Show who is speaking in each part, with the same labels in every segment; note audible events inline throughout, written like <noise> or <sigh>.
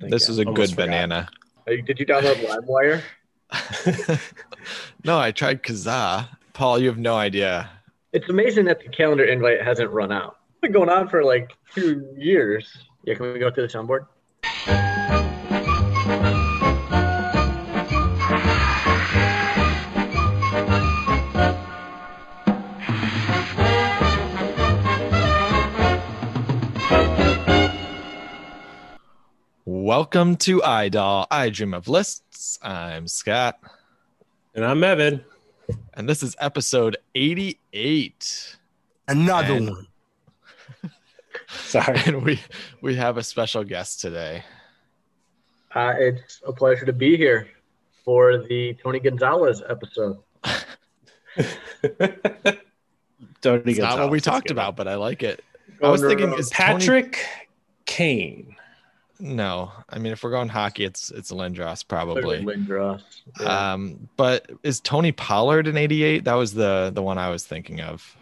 Speaker 1: think
Speaker 2: This is
Speaker 1: I
Speaker 2: a
Speaker 1: almost
Speaker 2: good
Speaker 1: forgot.
Speaker 2: banana.
Speaker 1: Hey, Did you download LimeWire? <laughs>
Speaker 2: <laughs> no, I tried Kazaa. Paul, you have no idea.
Speaker 1: It's amazing that the calendar invite hasn't run out. It's been going on for like two years. Yeah, can we go to the soundboard?
Speaker 2: Welcome to iDoll. I dream of lists. I'm Scott,
Speaker 3: And I'm Evan.
Speaker 2: and this is episode 88.
Speaker 4: Another
Speaker 2: And-
Speaker 4: one.
Speaker 2: <laughs>
Speaker 3: Sorry.
Speaker 2: And we we have a special guest today.
Speaker 1: Uh, it's a pleasure to be here for the Tony Gonzalez episode.
Speaker 3: Tony
Speaker 2: It's not what we talked about, but I like it. I
Speaker 1: Going
Speaker 2: was thinking,
Speaker 1: around-
Speaker 2: is Tony-
Speaker 3: Patrick Kane.
Speaker 2: no, I mean, if we're going hockey, it's it's Lindros probably.
Speaker 1: Lindros. Yeah.
Speaker 2: Um, but is Tony Pollard an 88? That was the the one I was thinking of.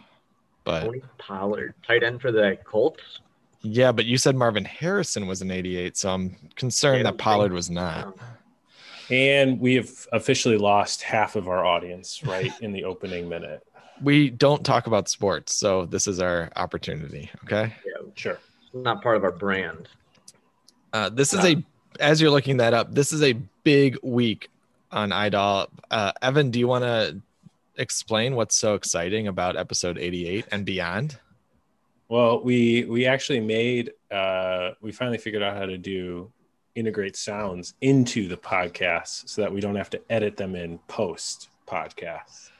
Speaker 2: But
Speaker 1: Tony Pollard, tight end for the Colts.
Speaker 2: yeah, but you said Marvin Harrison was an 88, so I'm concerned
Speaker 1: Yeah, I
Speaker 2: that
Speaker 1: think-
Speaker 2: Pollard was not.
Speaker 3: And we have officially lost half of our audience right in the opening minute.
Speaker 2: We don't talk about sports, so this is our opportunity. Okay.
Speaker 3: Sure.
Speaker 1: It's not part of our brand.
Speaker 2: Uh, this is a as you're looking that up. This is a big week on IDOL. Uh, Evan, do you want to explain what's so exciting about episode 88 and beyond?
Speaker 3: Well, we we actually made uh, we finally figured out how to do integrate sounds into the podcast so that we don't have to edit them in post podcast.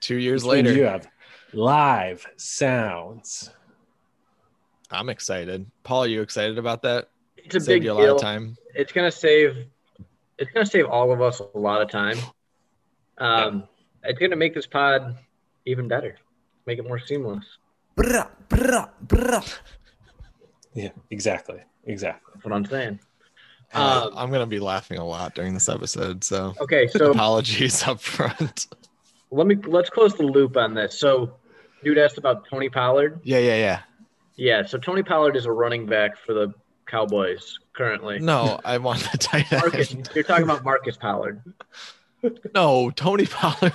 Speaker 2: Two years
Speaker 3: Which means
Speaker 2: later,
Speaker 3: you have live sounds.
Speaker 2: I'm excited. Paul, you excited about that?
Speaker 1: It's a big
Speaker 2: Saved you a lot
Speaker 1: deal.
Speaker 2: of time.
Speaker 1: It's gonna save. It's gonna save all of us a lot of time. Um, It's gonna make this pod even better. Make it more seamless.
Speaker 4: Brah, brah, brah.
Speaker 3: Yeah, exactly. Exactly.
Speaker 1: That's what I'm saying.
Speaker 2: Uh,
Speaker 1: Um,
Speaker 2: I'm gonna be laughing a lot during this episode, so
Speaker 1: Okay,
Speaker 2: <laughs>
Speaker 1: so
Speaker 2: apologies up
Speaker 1: <laughs>
Speaker 2: front.
Speaker 1: let me let's close the loop on this. So, dude asked about Tony Pollard.
Speaker 2: yeah, yeah, yeah.
Speaker 1: Yeah, so Tony Pollard is a running back for the Cowboys currently.
Speaker 2: No, I want
Speaker 1: <laughs>
Speaker 2: the tight
Speaker 1: Marcus,
Speaker 2: end.
Speaker 1: you're talking about Marcus Pollard.
Speaker 2: No, Tony
Speaker 1: <laughs>
Speaker 2: Pollard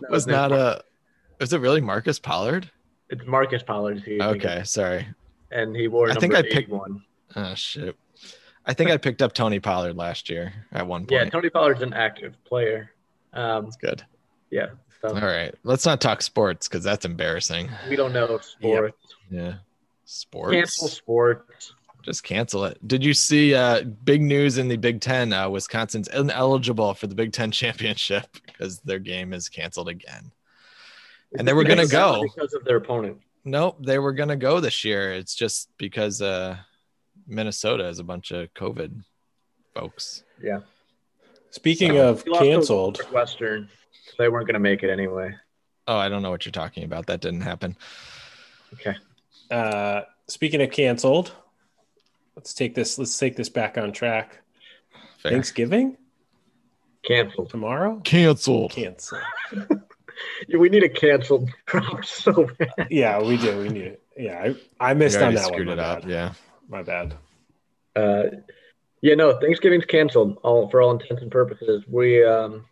Speaker 1: No,
Speaker 2: was
Speaker 1: no,
Speaker 2: not a. Was it really Marcus Pollard?
Speaker 1: It's Marcus Pollard. Who you're thinking
Speaker 2: Okay, sorry.
Speaker 1: of, And he wore.
Speaker 2: I
Speaker 1: Number
Speaker 2: think I picked-
Speaker 1: one.
Speaker 2: Oh shit. I think I picked up Tony Pollard last year at one
Speaker 1: Yeah,
Speaker 2: point.
Speaker 1: Tony Pollard's an active player. Um,
Speaker 2: That's good.
Speaker 1: yeah, so
Speaker 2: All right, let's not talk sports because that's embarrassing.
Speaker 1: we don't know if
Speaker 3: Yeah.
Speaker 1: sports.
Speaker 2: Yeah, sports.
Speaker 1: Cancel sports.
Speaker 2: Just cancel it. Did you see uh, big news in the Big Ten? Uh, Wisconsin's ineligible for the Big Ten <laughs> championship because their game is canceled again. And they were
Speaker 3: gonna
Speaker 2: go.
Speaker 1: because of their opponent.
Speaker 2: Nope, they were gonna go this year. It's just because uh, Minnesota has a bunch of COVID folks.
Speaker 3: Speaking
Speaker 2: So-
Speaker 3: of
Speaker 1: We lost to
Speaker 3: canceled,
Speaker 1: Northwestern. so They weren't going to make it anyway.
Speaker 2: Oh, I don't know what you're talking about. That didn't happen.
Speaker 3: uh, speaking of canceled, let's take this. Let's take this back on track.
Speaker 2: Fair.
Speaker 3: Thanksgiving
Speaker 1: Canceled.
Speaker 3: tomorrow.
Speaker 2: Canceled.
Speaker 3: Cancel.
Speaker 1: Yeah, <laughs> We need a canceled crop so bad.
Speaker 3: yeah, we do. We need it. Yeah, I, I
Speaker 2: You
Speaker 3: missed on
Speaker 2: already
Speaker 3: that
Speaker 2: screwed
Speaker 3: one.
Speaker 2: it
Speaker 3: My
Speaker 2: up.
Speaker 3: bad.
Speaker 2: Yeah.
Speaker 3: my bad.
Speaker 1: Uh, yeah, no, Thanksgiving's canceled all for all intents and purposes. We um,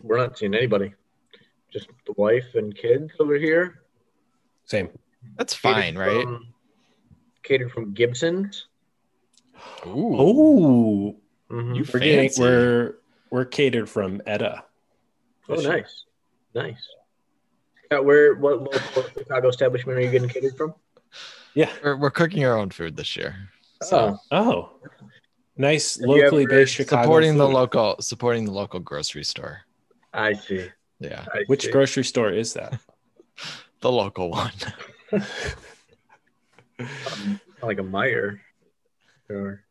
Speaker 1: we're not seeing anybody. Just the wife and kids over here.
Speaker 3: Same.
Speaker 2: That's
Speaker 1: Catered
Speaker 2: fine, right?
Speaker 1: from- Catered from Gibson's.
Speaker 2: Ooh.
Speaker 3: Oh,
Speaker 1: Mhm.
Speaker 2: You
Speaker 3: we're getting
Speaker 2: fancy.
Speaker 3: we're we're catered from Etta.
Speaker 1: Oh, nice, nice. Scott, where what local Chicago establishment are you getting catered from?
Speaker 3: Yeah.
Speaker 2: We're, we're cooking our own food this year.
Speaker 1: Oh,
Speaker 3: Oh, nice
Speaker 1: Have you
Speaker 3: locally
Speaker 1: ever
Speaker 3: based Chicago.
Speaker 2: supporting the
Speaker 3: food.
Speaker 2: local, supporting the local grocery store.
Speaker 1: I see.
Speaker 2: Yeah,
Speaker 1: I
Speaker 3: Which
Speaker 1: see.
Speaker 3: grocery store is that?
Speaker 2: the local <laughs> one.
Speaker 1: Um, like a Meyer. Or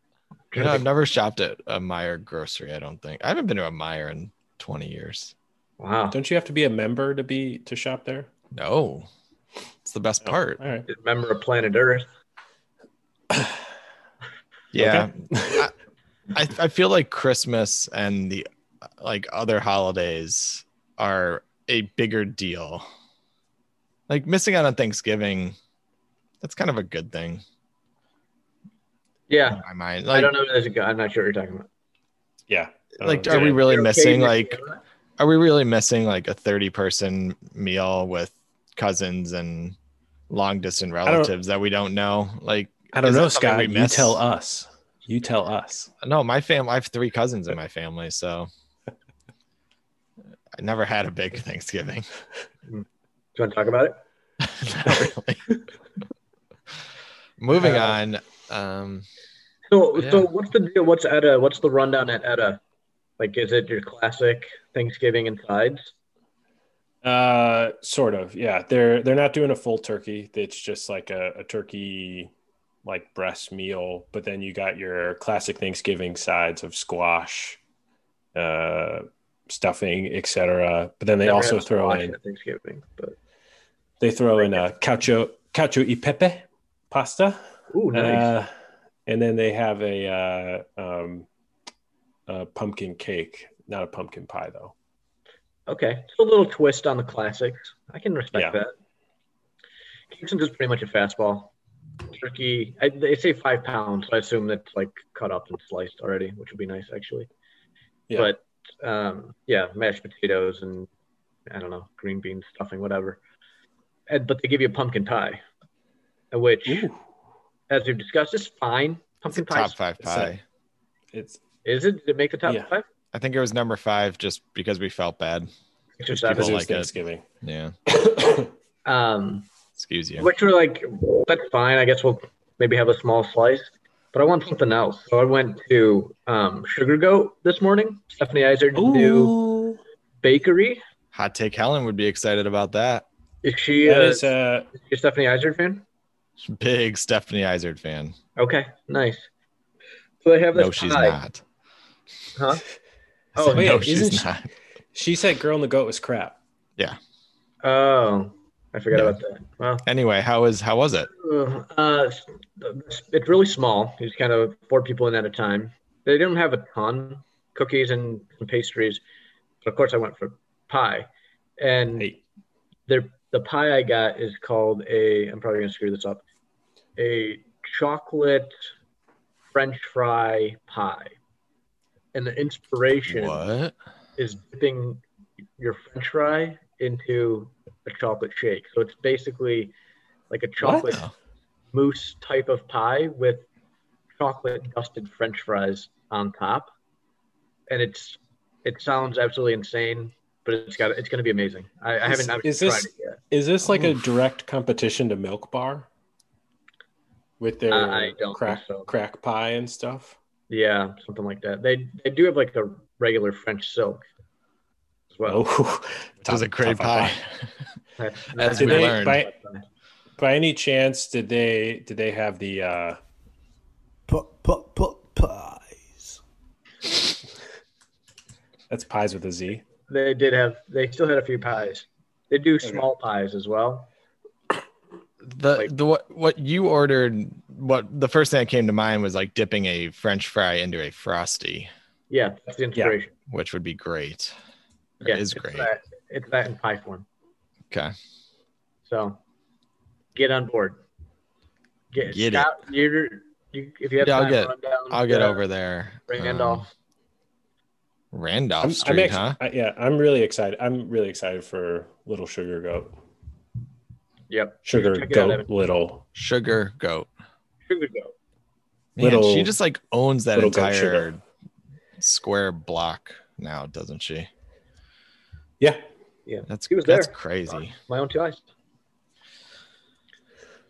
Speaker 2: You know, I've never shopped at a Meyer grocery. I don't think I haven't been to a Meyer in 20 years.
Speaker 1: wow,
Speaker 3: Don't you have to be a member to be to shop there?
Speaker 2: No, it's the best
Speaker 3: No.
Speaker 2: part.
Speaker 3: All right. <sighs>
Speaker 1: member of Planet Earth.
Speaker 2: Yeah, <laughs> I, I I feel like Christmas and the uh, like other holidays are a bigger deal. Like missing out on Thanksgiving, that's kind of a good thing.
Speaker 1: Yeah,
Speaker 2: in my mind.
Speaker 1: I
Speaker 2: Like,
Speaker 1: don't know. If there's a, guy- I'm not sure what you're talking about.
Speaker 3: Yeah. Um,
Speaker 2: like, are we really
Speaker 1: You're okay
Speaker 2: missing
Speaker 1: with
Speaker 2: like
Speaker 1: that?
Speaker 2: are we really missing like a 30 person meal with cousins and long distant
Speaker 3: don't-
Speaker 2: relatives that we don't know like
Speaker 3: I don't
Speaker 2: is
Speaker 3: know,
Speaker 2: that something
Speaker 3: Scott.
Speaker 2: we
Speaker 3: You
Speaker 2: miss?
Speaker 3: tell us. You tell us.
Speaker 2: no my family i have three cousins in my family so i never had a big <laughs> thanksgiving
Speaker 1: Do you want to talk about it?
Speaker 2: <laughs> Not really. moving
Speaker 3: Uh,
Speaker 2: on um
Speaker 1: So,
Speaker 2: Yeah.
Speaker 1: so what's the deal? What's Etta? What's the rundown at Etta? Like, is it your classic Thanksgiving and sides?
Speaker 3: Uh, sort of. Yeah, they're they're not doing a full turkey. It's just like a, a turkey, like breast meal. But then you got your classic Thanksgiving sides of squash, uh, stuffing, etc. But then they
Speaker 1: Never
Speaker 3: also
Speaker 1: had
Speaker 3: throw
Speaker 1: squash
Speaker 3: in
Speaker 1: at Thanksgiving, but
Speaker 3: they throw in a cacio cacio e pepe pasta.
Speaker 1: ooh, nice.
Speaker 3: Uh, and then they have a, uh, um, a pumpkin cake, not a pumpkin pie though.
Speaker 1: okay, it's a little twist on the classics. I can respect
Speaker 3: Yeah.
Speaker 1: that. Kingston's is pretty much a fastball. Turkey, I, they say five pounds, so I assume that's like cut up and sliced already, which would be nice actually.
Speaker 3: Yeah.
Speaker 1: But um, yeah, mashed potatoes and I don't know, green bean stuffing, whatever. And, but they give you a pumpkin pie, which,
Speaker 3: Ooh,
Speaker 1: as we've discussed, is fine.
Speaker 2: it's a
Speaker 1: Pumpkin pie
Speaker 2: top five
Speaker 3: it's like-
Speaker 2: pie
Speaker 3: it's
Speaker 1: is it? Did it make the top
Speaker 3: Yeah.
Speaker 1: five?
Speaker 2: i think it was number five just because we felt bad
Speaker 1: Six
Speaker 2: people
Speaker 1: or
Speaker 3: because
Speaker 1: seven.
Speaker 3: it was
Speaker 2: like it.
Speaker 3: Thanksgiving.
Speaker 2: yeah
Speaker 1: Um,
Speaker 2: excuse you
Speaker 1: Which were like, that's fine. I guess we'll maybe have a small slice, but I want something else. So I went to um, Sugar Goat this morning, Stephanie Iser's new
Speaker 3: Ooh,
Speaker 1: bakery.
Speaker 2: hot take helen would be excited about that <laughs>
Speaker 1: Is she
Speaker 3: that
Speaker 1: a,
Speaker 3: is uh,
Speaker 1: is she a Stephanie Isert fan?
Speaker 2: big stephanie izard fan
Speaker 1: Okay, nice. So they have this
Speaker 2: no she's
Speaker 1: pie, Oh,
Speaker 2: not
Speaker 1: huh?
Speaker 2: I said,
Speaker 3: wait,
Speaker 2: no
Speaker 3: isn't
Speaker 2: she's
Speaker 3: she-
Speaker 2: not
Speaker 3: she said "Girl in the Goat" was crap.
Speaker 1: Oh, I forgot
Speaker 2: Yeah.
Speaker 1: about that. Well,
Speaker 2: anyway how is how was it
Speaker 1: Uh, it's really small. It's kind of four people in at a time. They don't have a ton cookies and some pastries. But of course, I went for pie, and
Speaker 3: Hey,
Speaker 1: their the pie I got is called a. I'm probably gonna screw this up. A chocolate French fry pie, and the inspiration
Speaker 2: what
Speaker 1: is dipping your french fry into a chocolate shake. So it's basically like a chocolate mousse type of pie with chocolate dusted french fries on top. And it's it sounds absolutely insane, but it's got it's going to be amazing. I, I
Speaker 3: Is-
Speaker 1: haven't
Speaker 3: is
Speaker 1: tried
Speaker 3: this-
Speaker 1: it yet.
Speaker 3: is this like a direct competition to Milk Bar with their
Speaker 1: Uh, I don't
Speaker 3: crack
Speaker 1: think so.
Speaker 3: crack pie and stuff?
Speaker 1: Yeah, something like that. They they do have like a regular French silk as well.
Speaker 3: Oh, <laughs>
Speaker 2: It was a great
Speaker 3: tough on
Speaker 2: pie. <laughs>
Speaker 1: That's,
Speaker 2: As
Speaker 1: that's-
Speaker 3: Did
Speaker 2: we
Speaker 3: they-
Speaker 2: learned.
Speaker 3: by- By any chance, did they did they have the uh,
Speaker 4: P- p- p- pies.
Speaker 3: that's pies with a Z?
Speaker 1: they did have they still had a few pies. They do small pies as well.
Speaker 2: the
Speaker 1: like-
Speaker 2: the what what you ordered what the first thing that came to mind was like dipping a french fry into a frosty
Speaker 1: Yeah, that's the inspiration.
Speaker 2: which would be great Or
Speaker 1: Yeah,
Speaker 2: is
Speaker 1: it's uh,
Speaker 2: great
Speaker 1: That, it's that in pie form.
Speaker 2: okay
Speaker 1: So get on board. Get,
Speaker 2: Get it.
Speaker 1: Scott, You're, you, if you have
Speaker 2: Yeah, I'll
Speaker 1: time,
Speaker 2: get-
Speaker 1: run down
Speaker 2: i'll get
Speaker 1: to
Speaker 2: over there
Speaker 1: Randolph.
Speaker 2: Um, randolph
Speaker 3: I'm,
Speaker 2: street
Speaker 3: I'm actually,
Speaker 2: huh
Speaker 3: I, yeah, I'm really excited. I'm really excited for Little Sugar Goat.
Speaker 1: yep.
Speaker 3: Sugar
Speaker 1: Check it out,
Speaker 3: Goat
Speaker 1: Evan.
Speaker 3: Little.
Speaker 2: sugar goat
Speaker 1: Sugar goat.
Speaker 2: Man,
Speaker 3: Little-
Speaker 2: she just like owns that
Speaker 3: little goat
Speaker 2: entire
Speaker 3: sugar.
Speaker 2: square block now doesn't she
Speaker 3: Yeah.
Speaker 2: that's
Speaker 1: She was
Speaker 2: that's
Speaker 1: there.
Speaker 2: crazy
Speaker 1: My own two eyes.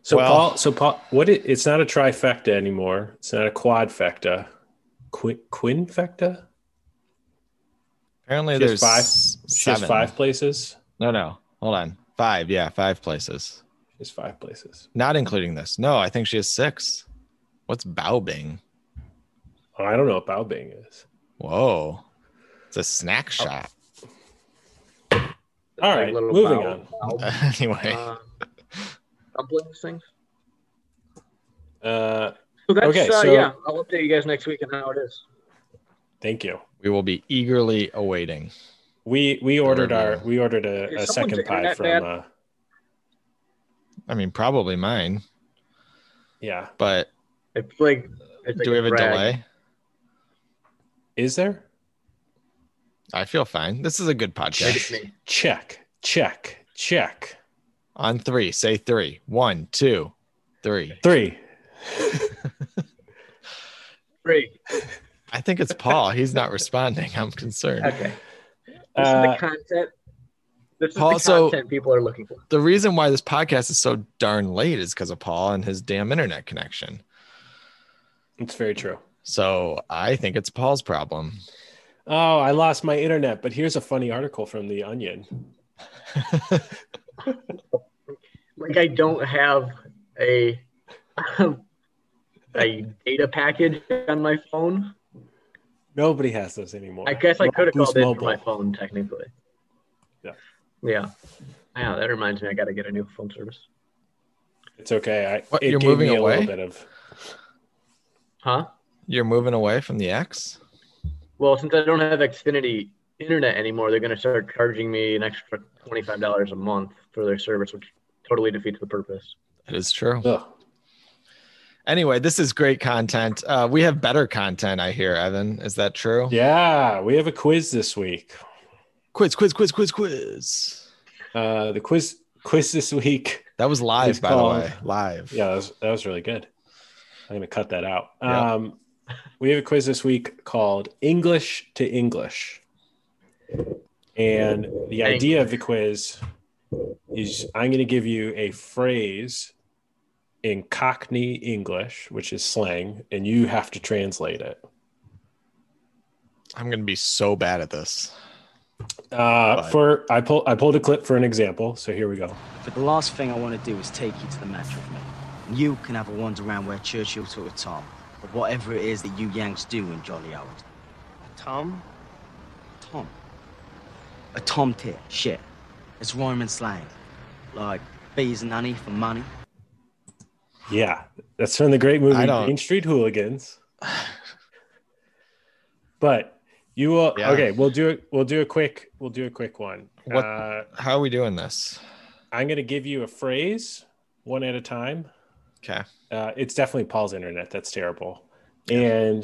Speaker 3: So
Speaker 2: Well-
Speaker 3: Paul, so Paul, what it, it's not a trifecta anymore. It's not a quadfecta. Qui, quinfecta?
Speaker 2: apparently
Speaker 3: She has
Speaker 2: there's
Speaker 3: five-
Speaker 2: s-
Speaker 3: She has
Speaker 2: seven.
Speaker 3: five places.
Speaker 2: no no hold on five yeah five places
Speaker 3: She has five places.
Speaker 2: Not including this. No, I think she has six. What's Baobing?
Speaker 3: Oh, I don't know what Bao Bing is.
Speaker 2: Whoa. It's a snack
Speaker 1: Oh.
Speaker 2: shop. <laughs>
Speaker 3: All
Speaker 1: Like
Speaker 3: right,
Speaker 1: little
Speaker 3: moving
Speaker 1: bow- bow-
Speaker 2: anyway.
Speaker 1: uh, dumplings things.
Speaker 3: Uh,
Speaker 1: So that's
Speaker 3: Okay,
Speaker 1: uh,
Speaker 3: so-
Speaker 1: yeah. I'll update you guys next week on how it is.
Speaker 3: thank you.
Speaker 2: we will be eagerly awaiting.
Speaker 3: We we ordered our
Speaker 2: review.
Speaker 3: we ordered a, a
Speaker 1: Is someone's
Speaker 3: second pie
Speaker 1: internet
Speaker 3: from
Speaker 1: bad?
Speaker 3: uh,
Speaker 2: I mean, probably mine,
Speaker 3: yeah.
Speaker 2: but
Speaker 1: I feel like It's
Speaker 2: Do we
Speaker 1: like
Speaker 2: have a
Speaker 1: rag.
Speaker 2: delay?
Speaker 3: Is there?
Speaker 2: I feel fine. This is a good
Speaker 1: Maybe
Speaker 2: podcast.
Speaker 1: it's me.
Speaker 3: Check, check, check.
Speaker 2: On three, say three. One, two, three.
Speaker 3: Three.
Speaker 1: Three.
Speaker 2: I think it's Paul. He's not responding. I'm concerned.
Speaker 1: Okay. This
Speaker 3: Uh,
Speaker 1: is the content. This is
Speaker 2: Paul,
Speaker 1: the
Speaker 2: so-
Speaker 1: content people are looking for.
Speaker 2: The reason why this podcast is so darn late is because of Paul and his damn internet connection.
Speaker 3: it's very true.
Speaker 2: So I think it's Paul's problem.
Speaker 3: Oh, I lost my internet, but here's a funny article from The Onion.
Speaker 1: Like I don't have a <laughs> a data package on my phone.
Speaker 3: Nobody has those anymore.
Speaker 1: I guess I could have
Speaker 3: Boost
Speaker 1: called it
Speaker 3: Mobile.
Speaker 1: my phone technically.
Speaker 3: Yeah.
Speaker 1: Yeah. Wow, that reminds me. I got to get a new phone service.
Speaker 3: It's okay. I,
Speaker 2: What,
Speaker 3: it
Speaker 2: you're
Speaker 3: gave
Speaker 2: moving
Speaker 3: me a
Speaker 2: away?
Speaker 3: little bit of.
Speaker 1: Huh?
Speaker 2: You're moving away from the X?
Speaker 1: Well, since I don't have Xfinity internet anymore, they're going to start charging me an extra twenty-five dollars a month for their service, which totally defeats the purpose.
Speaker 2: That is true.
Speaker 3: Ugh.
Speaker 2: Anyway, this is great content. Uh, we have better content, I hear, Evan. Is that true?
Speaker 3: Yeah, we have a quiz this week.
Speaker 2: Quiz, quiz, quiz, quiz, quiz.
Speaker 3: Uh, the quiz quiz this week.
Speaker 2: That was live,
Speaker 3: It's
Speaker 2: by
Speaker 3: called-
Speaker 2: the way. Live.
Speaker 3: Yeah, that was, that was really good. I'm gonna cut that out.
Speaker 2: Yeah.
Speaker 3: Um, we have a quiz this week called English to English, and the idea of the quiz is I'm gonna give you a phrase in Cockney English, which is slang, and you have to translate it.
Speaker 2: I'm going to be so bad at this.
Speaker 3: Uh,
Speaker 2: Fine.
Speaker 3: for I pull I pulled a clip for an example, so here we go.
Speaker 5: But the last thing I want to do is take you to the match with me. You can have a wander around where Churchill took a Tom, or whatever it is that you Yanks do in Jolly Old. Tom? Tom. A Tom tit, shit. It's rhyming slang. Like bees and honey for money.
Speaker 3: Yeah, that's from the great movie
Speaker 2: I don't-
Speaker 3: Main Street
Speaker 2: <laughs>
Speaker 3: Hooligans. but you will
Speaker 2: Yeah.
Speaker 3: okay. We'll do it. We'll do a quick. We'll do a quick one.
Speaker 2: What-
Speaker 3: Uh,
Speaker 2: How are we doing this?
Speaker 3: I'm going to give you a phrase one at a time.
Speaker 2: Okay.
Speaker 3: Uh, it's definitely Paul's internet. That's terrible. And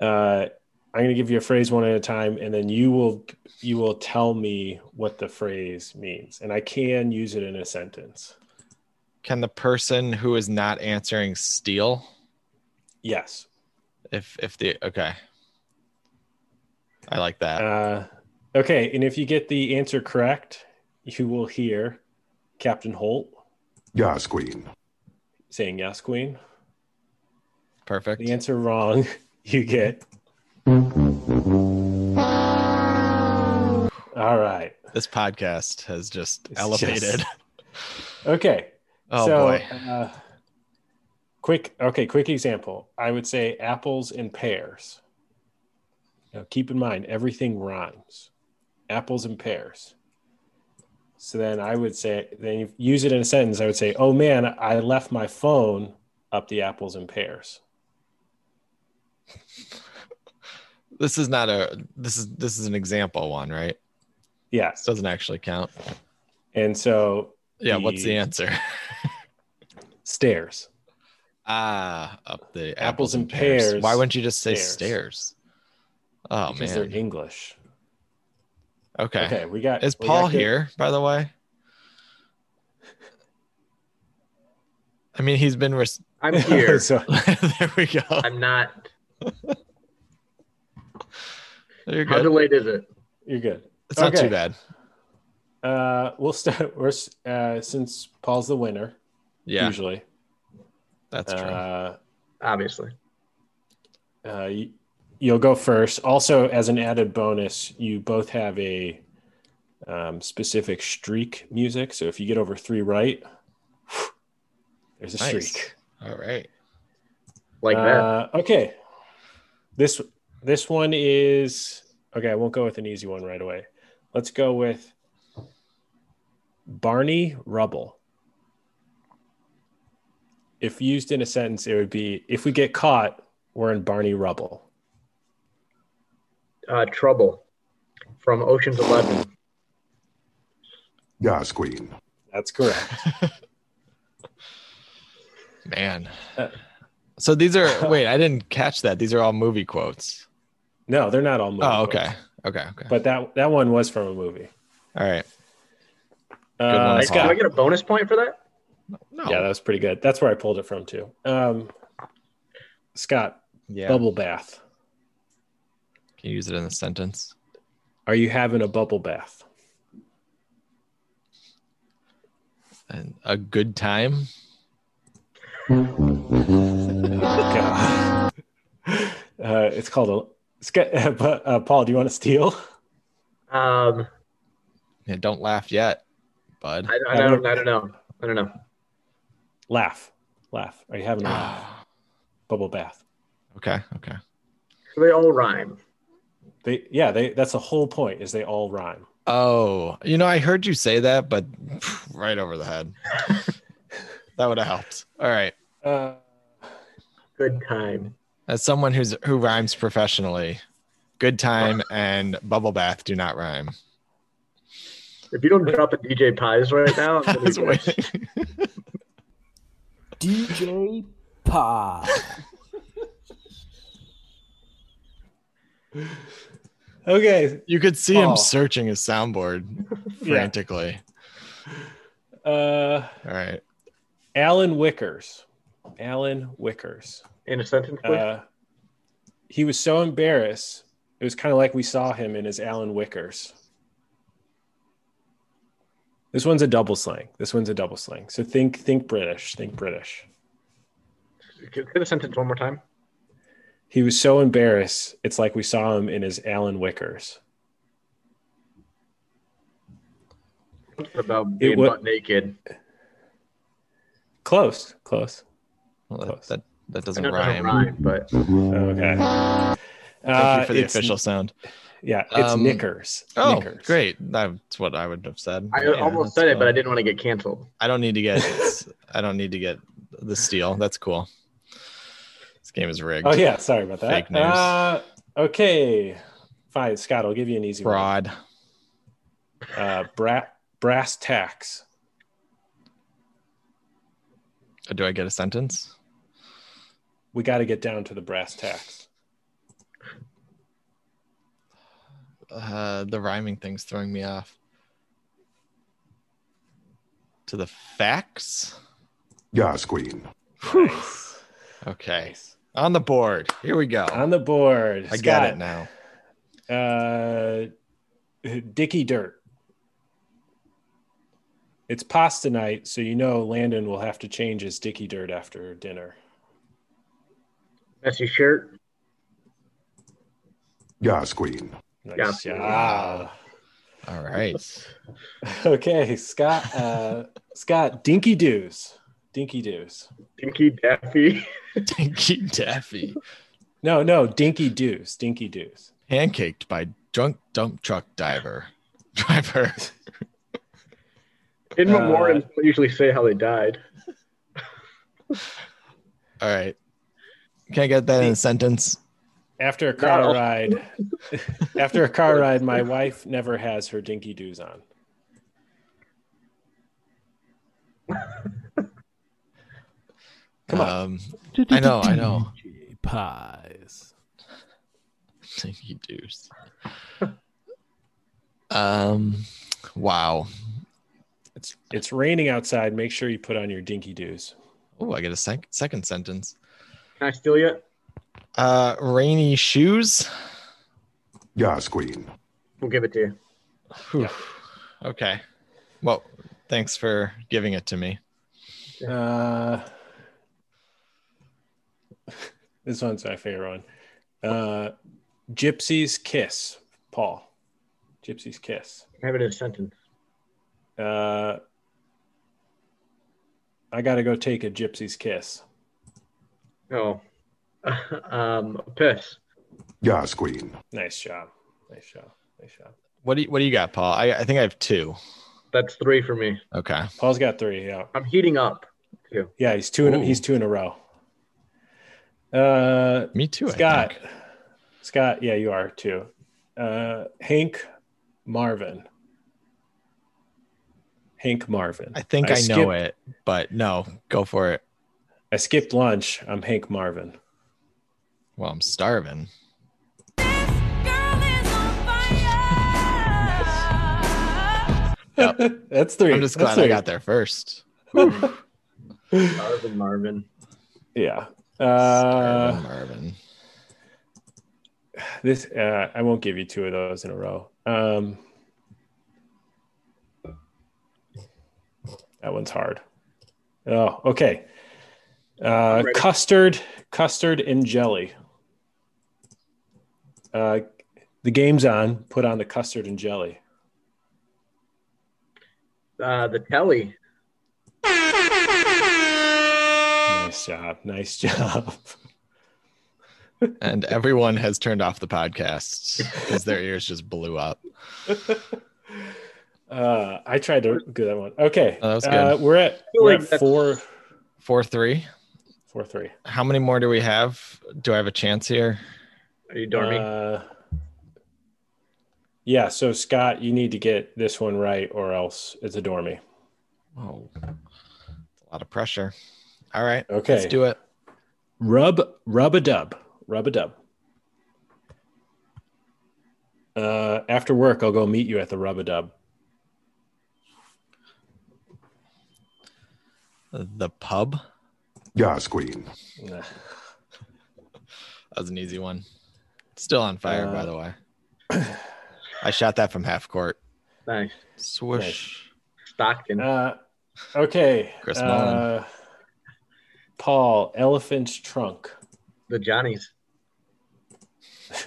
Speaker 3: uh, I'm going to give you a phrase one at a time, and then you will you will tell me what the phrase means, and I can use it in a sentence.
Speaker 2: Can the person who is not answering steal?
Speaker 3: Yes.
Speaker 2: If if the okay. I like that.
Speaker 3: Uh, okay, and if you get the answer correct, you will hear Captain Holt
Speaker 6: Yas Queen.
Speaker 3: saying "Yes, Queen."
Speaker 2: Perfect.
Speaker 3: The answer wrong, <laughs> you get. All right.
Speaker 2: This podcast has just
Speaker 3: It's <laughs>
Speaker 2: elevated.
Speaker 3: just- Okay.
Speaker 2: oh
Speaker 3: so,
Speaker 2: boy.
Speaker 3: Uh, quick. Okay. Quick example. I would say apples and pears. Now, keep in mind, everything rhymes. Apples and pears. So then I would say, then you use it in a sentence. I would say, oh man, I left my phone up the apples and pears.
Speaker 2: This is not a this is this is an example one, right? This
Speaker 3: Yes.
Speaker 2: doesn't actually count.
Speaker 3: And so
Speaker 2: Yeah, what's the
Speaker 3: The-
Speaker 2: answer? <laughs>
Speaker 3: stairs.
Speaker 2: Ah, up the apples,
Speaker 3: Apples
Speaker 2: and
Speaker 3: and
Speaker 2: pears.
Speaker 3: pears,
Speaker 2: Why wouldn't you just say
Speaker 3: stairs.
Speaker 2: stairs? Oh
Speaker 3: because
Speaker 2: man.
Speaker 3: they're English.
Speaker 2: Okay.
Speaker 3: Okay. we got.
Speaker 2: Is
Speaker 3: we
Speaker 2: Paul
Speaker 3: got good-
Speaker 2: here, by the way? I mean, he's been. Res- <laughs>
Speaker 3: <laughs>
Speaker 1: I'm here.
Speaker 3: so,
Speaker 2: there we go.
Speaker 1: I'm not.
Speaker 2: You're
Speaker 1: How
Speaker 2: good.
Speaker 1: delayed is it?
Speaker 3: you're good.
Speaker 2: It's not too
Speaker 3: Okay.
Speaker 2: bad.
Speaker 3: Uh, we'll start. We're s- uh, since Paul's the winner
Speaker 2: Yeah,
Speaker 3: usually.
Speaker 2: that's true.
Speaker 3: Uh,
Speaker 1: Obviously.
Speaker 3: uh, y- you'll go first. Also, as an added bonus, you both have a um, specific streak music. So if you get over three right, <sighs> there's a
Speaker 2: Nice.
Speaker 3: streak.
Speaker 2: All right.
Speaker 1: Like that.
Speaker 3: Uh, okay. This this one is okay. I won't go with an easy one right away. Let's go with Barney Rubble. If used in a sentence, it would be if we get caught, we're in Barney Rubble.
Speaker 1: Uh, Trouble from Ocean's Eleven.
Speaker 6: Yas Queen.
Speaker 3: That's correct.
Speaker 2: Man, So these
Speaker 3: <laughs>
Speaker 2: are wait, I didn't catch that. These are all movie quotes.
Speaker 3: No, they're not all movie.
Speaker 2: Oh,
Speaker 3: quotes,
Speaker 2: okay. Okay. Okay.
Speaker 3: But that that one was from a movie.
Speaker 2: All right.
Speaker 3: Uh,
Speaker 2: one,
Speaker 1: I,
Speaker 2: That's
Speaker 1: do
Speaker 3: Scott.
Speaker 1: I get a bonus point for that?
Speaker 2: No.
Speaker 3: Yeah, that was pretty good. That's where I pulled it from too. Um, Scott,
Speaker 2: Yeah.
Speaker 3: bubble bath.
Speaker 2: Can you use it in a sentence?
Speaker 3: Are you having a bubble bath?
Speaker 2: And a good time. <sighs>
Speaker 3: God. Uh, it's called a. Scott, <laughs> but, uh, Paul, do you want to steal?
Speaker 1: Um,
Speaker 2: Yeah, don't laugh yet, bud.
Speaker 1: I, I, don't, I don't know. I don't know.
Speaker 3: Laugh, laugh. Are you having a laugh?
Speaker 2: <sighs>
Speaker 3: bubble bath?
Speaker 2: okay. Okay.
Speaker 1: So they all rhyme.
Speaker 3: They, yeah, they. That's the whole point. Is they all rhyme.
Speaker 2: Oh, you know, I heard you say that, but pff, right over the
Speaker 1: <laughs>
Speaker 2: head. that would have helped. All right.
Speaker 3: Uh,
Speaker 1: Good time.
Speaker 2: As someone who's who rhymes professionally, good time and bubble bath do not
Speaker 1: <laughs>
Speaker 2: rhyme.
Speaker 1: If you don't drop a DJ Pies right now, I'm
Speaker 2: I <laughs>
Speaker 1: gonna
Speaker 2: was
Speaker 1: be-
Speaker 2: waiting.
Speaker 4: DJ Pie.
Speaker 3: okay.
Speaker 2: You could see
Speaker 3: Oh.
Speaker 2: him searching his
Speaker 1: <laughs>
Speaker 2: soundboard frantically.
Speaker 3: Uh,
Speaker 2: All right.
Speaker 3: Alan Wickers. Alan Wickers.
Speaker 1: in a sentence, please.
Speaker 3: Uh, he was so embarrassed. It was kind of like we saw him in his Alan Wickers. This one's a double slang. This one's a double slang. So think, think British. Think British.
Speaker 1: Say the sentence one more time.
Speaker 3: He was so embarrassed. It's like we saw him in his Alan Wickers.
Speaker 1: Something About being
Speaker 3: wa-
Speaker 1: butt naked.
Speaker 3: Close, close.
Speaker 2: Well, that,
Speaker 3: Close.
Speaker 2: that, that
Speaker 1: I
Speaker 2: doesn't
Speaker 1: don't know how to
Speaker 2: rhyme.
Speaker 1: rhyme, but
Speaker 3: Okay.
Speaker 2: Thank
Speaker 3: Uh,
Speaker 2: you for the
Speaker 3: it's-
Speaker 2: official sound.
Speaker 3: Yeah, it's
Speaker 2: Um,
Speaker 3: knickers.
Speaker 2: Oh,
Speaker 3: knickers.
Speaker 2: great. That's what I would have said.
Speaker 1: I
Speaker 2: Yeah, that's
Speaker 1: almost said it, but I
Speaker 2: fine.
Speaker 1: didn't want to get canceled.
Speaker 2: I don't need to get I don't need to get the steal. That's cool. This game is rigged.
Speaker 3: Oh yeah, sorry about that.
Speaker 2: Fake news.
Speaker 3: Uh, okay, fine, Scott. I'll give you an easy one.
Speaker 2: Fraud.
Speaker 3: Uh, bra- brass tacks.
Speaker 2: Do I get a sentence?
Speaker 3: We got to get down to the brass tacks.
Speaker 2: Uh, the rhyming thing's throwing me off. To the facts.
Speaker 6: Yas Queen.
Speaker 3: Nice.
Speaker 2: Okay. On the board. Here we go.
Speaker 3: On the board.
Speaker 2: I
Speaker 3: Scott,
Speaker 2: got it now. <laughs>
Speaker 3: Uh, Dicky Dirt. It's pasta night, so you know Landon will have to change his Dicky Dirt after dinner.
Speaker 1: Messy shirt.
Speaker 6: Yas Queen.
Speaker 3: Nice
Speaker 1: Yeah.
Speaker 3: job.
Speaker 2: All right.
Speaker 3: <laughs> Okay, Scott. Uh, Scott, Dinky Doos. Dinky Doos.
Speaker 1: Dinky Daffy. <laughs>
Speaker 2: Dinky Daffy.
Speaker 3: No, no, Dinky Doos. Dinky Doos.
Speaker 2: Pancaked by drunk dump truck diver. <laughs> Driver.
Speaker 1: In
Speaker 3: Uh,
Speaker 1: memoriam, they usually say how they died.
Speaker 2: All right. Can I get that in a sentence?
Speaker 3: After a car
Speaker 1: No.
Speaker 3: ride, <laughs> after a car ride, my wife never has her Dinky Doos on. Come on.
Speaker 2: Um, I know, I know.
Speaker 4: DJ Pies.
Speaker 2: Thank <laughs> you, Deuce. um, wow.
Speaker 3: It's it's raining outside. Make sure you put on your Dinky Doos.
Speaker 2: Oh, I get a sec- second sentence.
Speaker 1: Can I steal you?
Speaker 2: Uh, rainy shoes.
Speaker 6: Yas Queen.
Speaker 1: We'll give it to you.
Speaker 2: Whew. Okay. Well, thanks for giving it to me.
Speaker 3: Uh, <laughs> this one's my favorite one. Uh, Gypsy's kiss, Paul. Gypsy's kiss.
Speaker 1: Have it in a sentence.
Speaker 3: Uh, I gotta go take a gypsy's kiss.
Speaker 1: Oh. <laughs> um, piss.
Speaker 6: Yas Queen.
Speaker 3: Nice job. Nice job. Nice job.
Speaker 2: What do you, What do you got, Paul? I, I think I have two.
Speaker 1: That's three for me.
Speaker 2: Okay.
Speaker 3: Paul's got three. Yeah.
Speaker 1: I'm heating up.
Speaker 3: Yeah. He's two. In,
Speaker 2: Ooh.
Speaker 3: he's two in a row. Uh,
Speaker 2: Me too. I
Speaker 3: Scott.
Speaker 2: think.
Speaker 3: Scott. Yeah, you are too. Uh, Hank Marvin. Hank Marvin.
Speaker 2: I think I, know
Speaker 3: skipped-
Speaker 2: it, but no, go for it.
Speaker 3: I skipped lunch. I'm Hank Marvin.
Speaker 2: Well, I'm starving.
Speaker 3: <laughs> That's three.
Speaker 2: I'm just
Speaker 3: That's
Speaker 2: glad I
Speaker 3: three.
Speaker 2: got there first.
Speaker 1: Marvin Marvin.
Speaker 3: Yeah. Uh,
Speaker 2: Starvin' Marvin.
Speaker 3: this uh, I won't give you two of those in a row. Um, that one's hard. Oh, okay. Uh,
Speaker 1: ready.
Speaker 3: custard, custard and jelly. Uh, the game's on. Put on the custard and jelly.
Speaker 1: Uh, the telly.
Speaker 3: Nice job. Nice job. <laughs>
Speaker 2: And everyone has turned off the podcast because their ears just blew up.
Speaker 3: Uh, I tried to do that one. Okay.
Speaker 2: Oh, that was good.
Speaker 3: Uh, we're at
Speaker 1: feel
Speaker 3: we're
Speaker 1: like
Speaker 3: at
Speaker 1: that's-
Speaker 3: four
Speaker 2: Four three.
Speaker 3: four three.
Speaker 2: How many more do we have? Do I have a chance here?
Speaker 1: Are you dorming?
Speaker 3: Uh, yeah, so Scott, you need to get this one right, or else it's a dormy.
Speaker 2: Oh, a lot of pressure. All right,
Speaker 3: Okay.
Speaker 2: let's do it.
Speaker 3: Rub, rub a dub, rub a dub. Uh, after work, I'll go meet you at the rub a dub.
Speaker 2: The pub.
Speaker 6: Yas Queen.
Speaker 3: Nah.
Speaker 2: That was an easy one. Still on fire,
Speaker 3: Uh,
Speaker 2: by the way. I shot that from half court.
Speaker 1: nice.
Speaker 2: Swoosh.
Speaker 1: Stockton.
Speaker 3: Uh, okay.
Speaker 2: Chris
Speaker 3: uh, Paul, elephant's trunk.
Speaker 1: the Johnnies.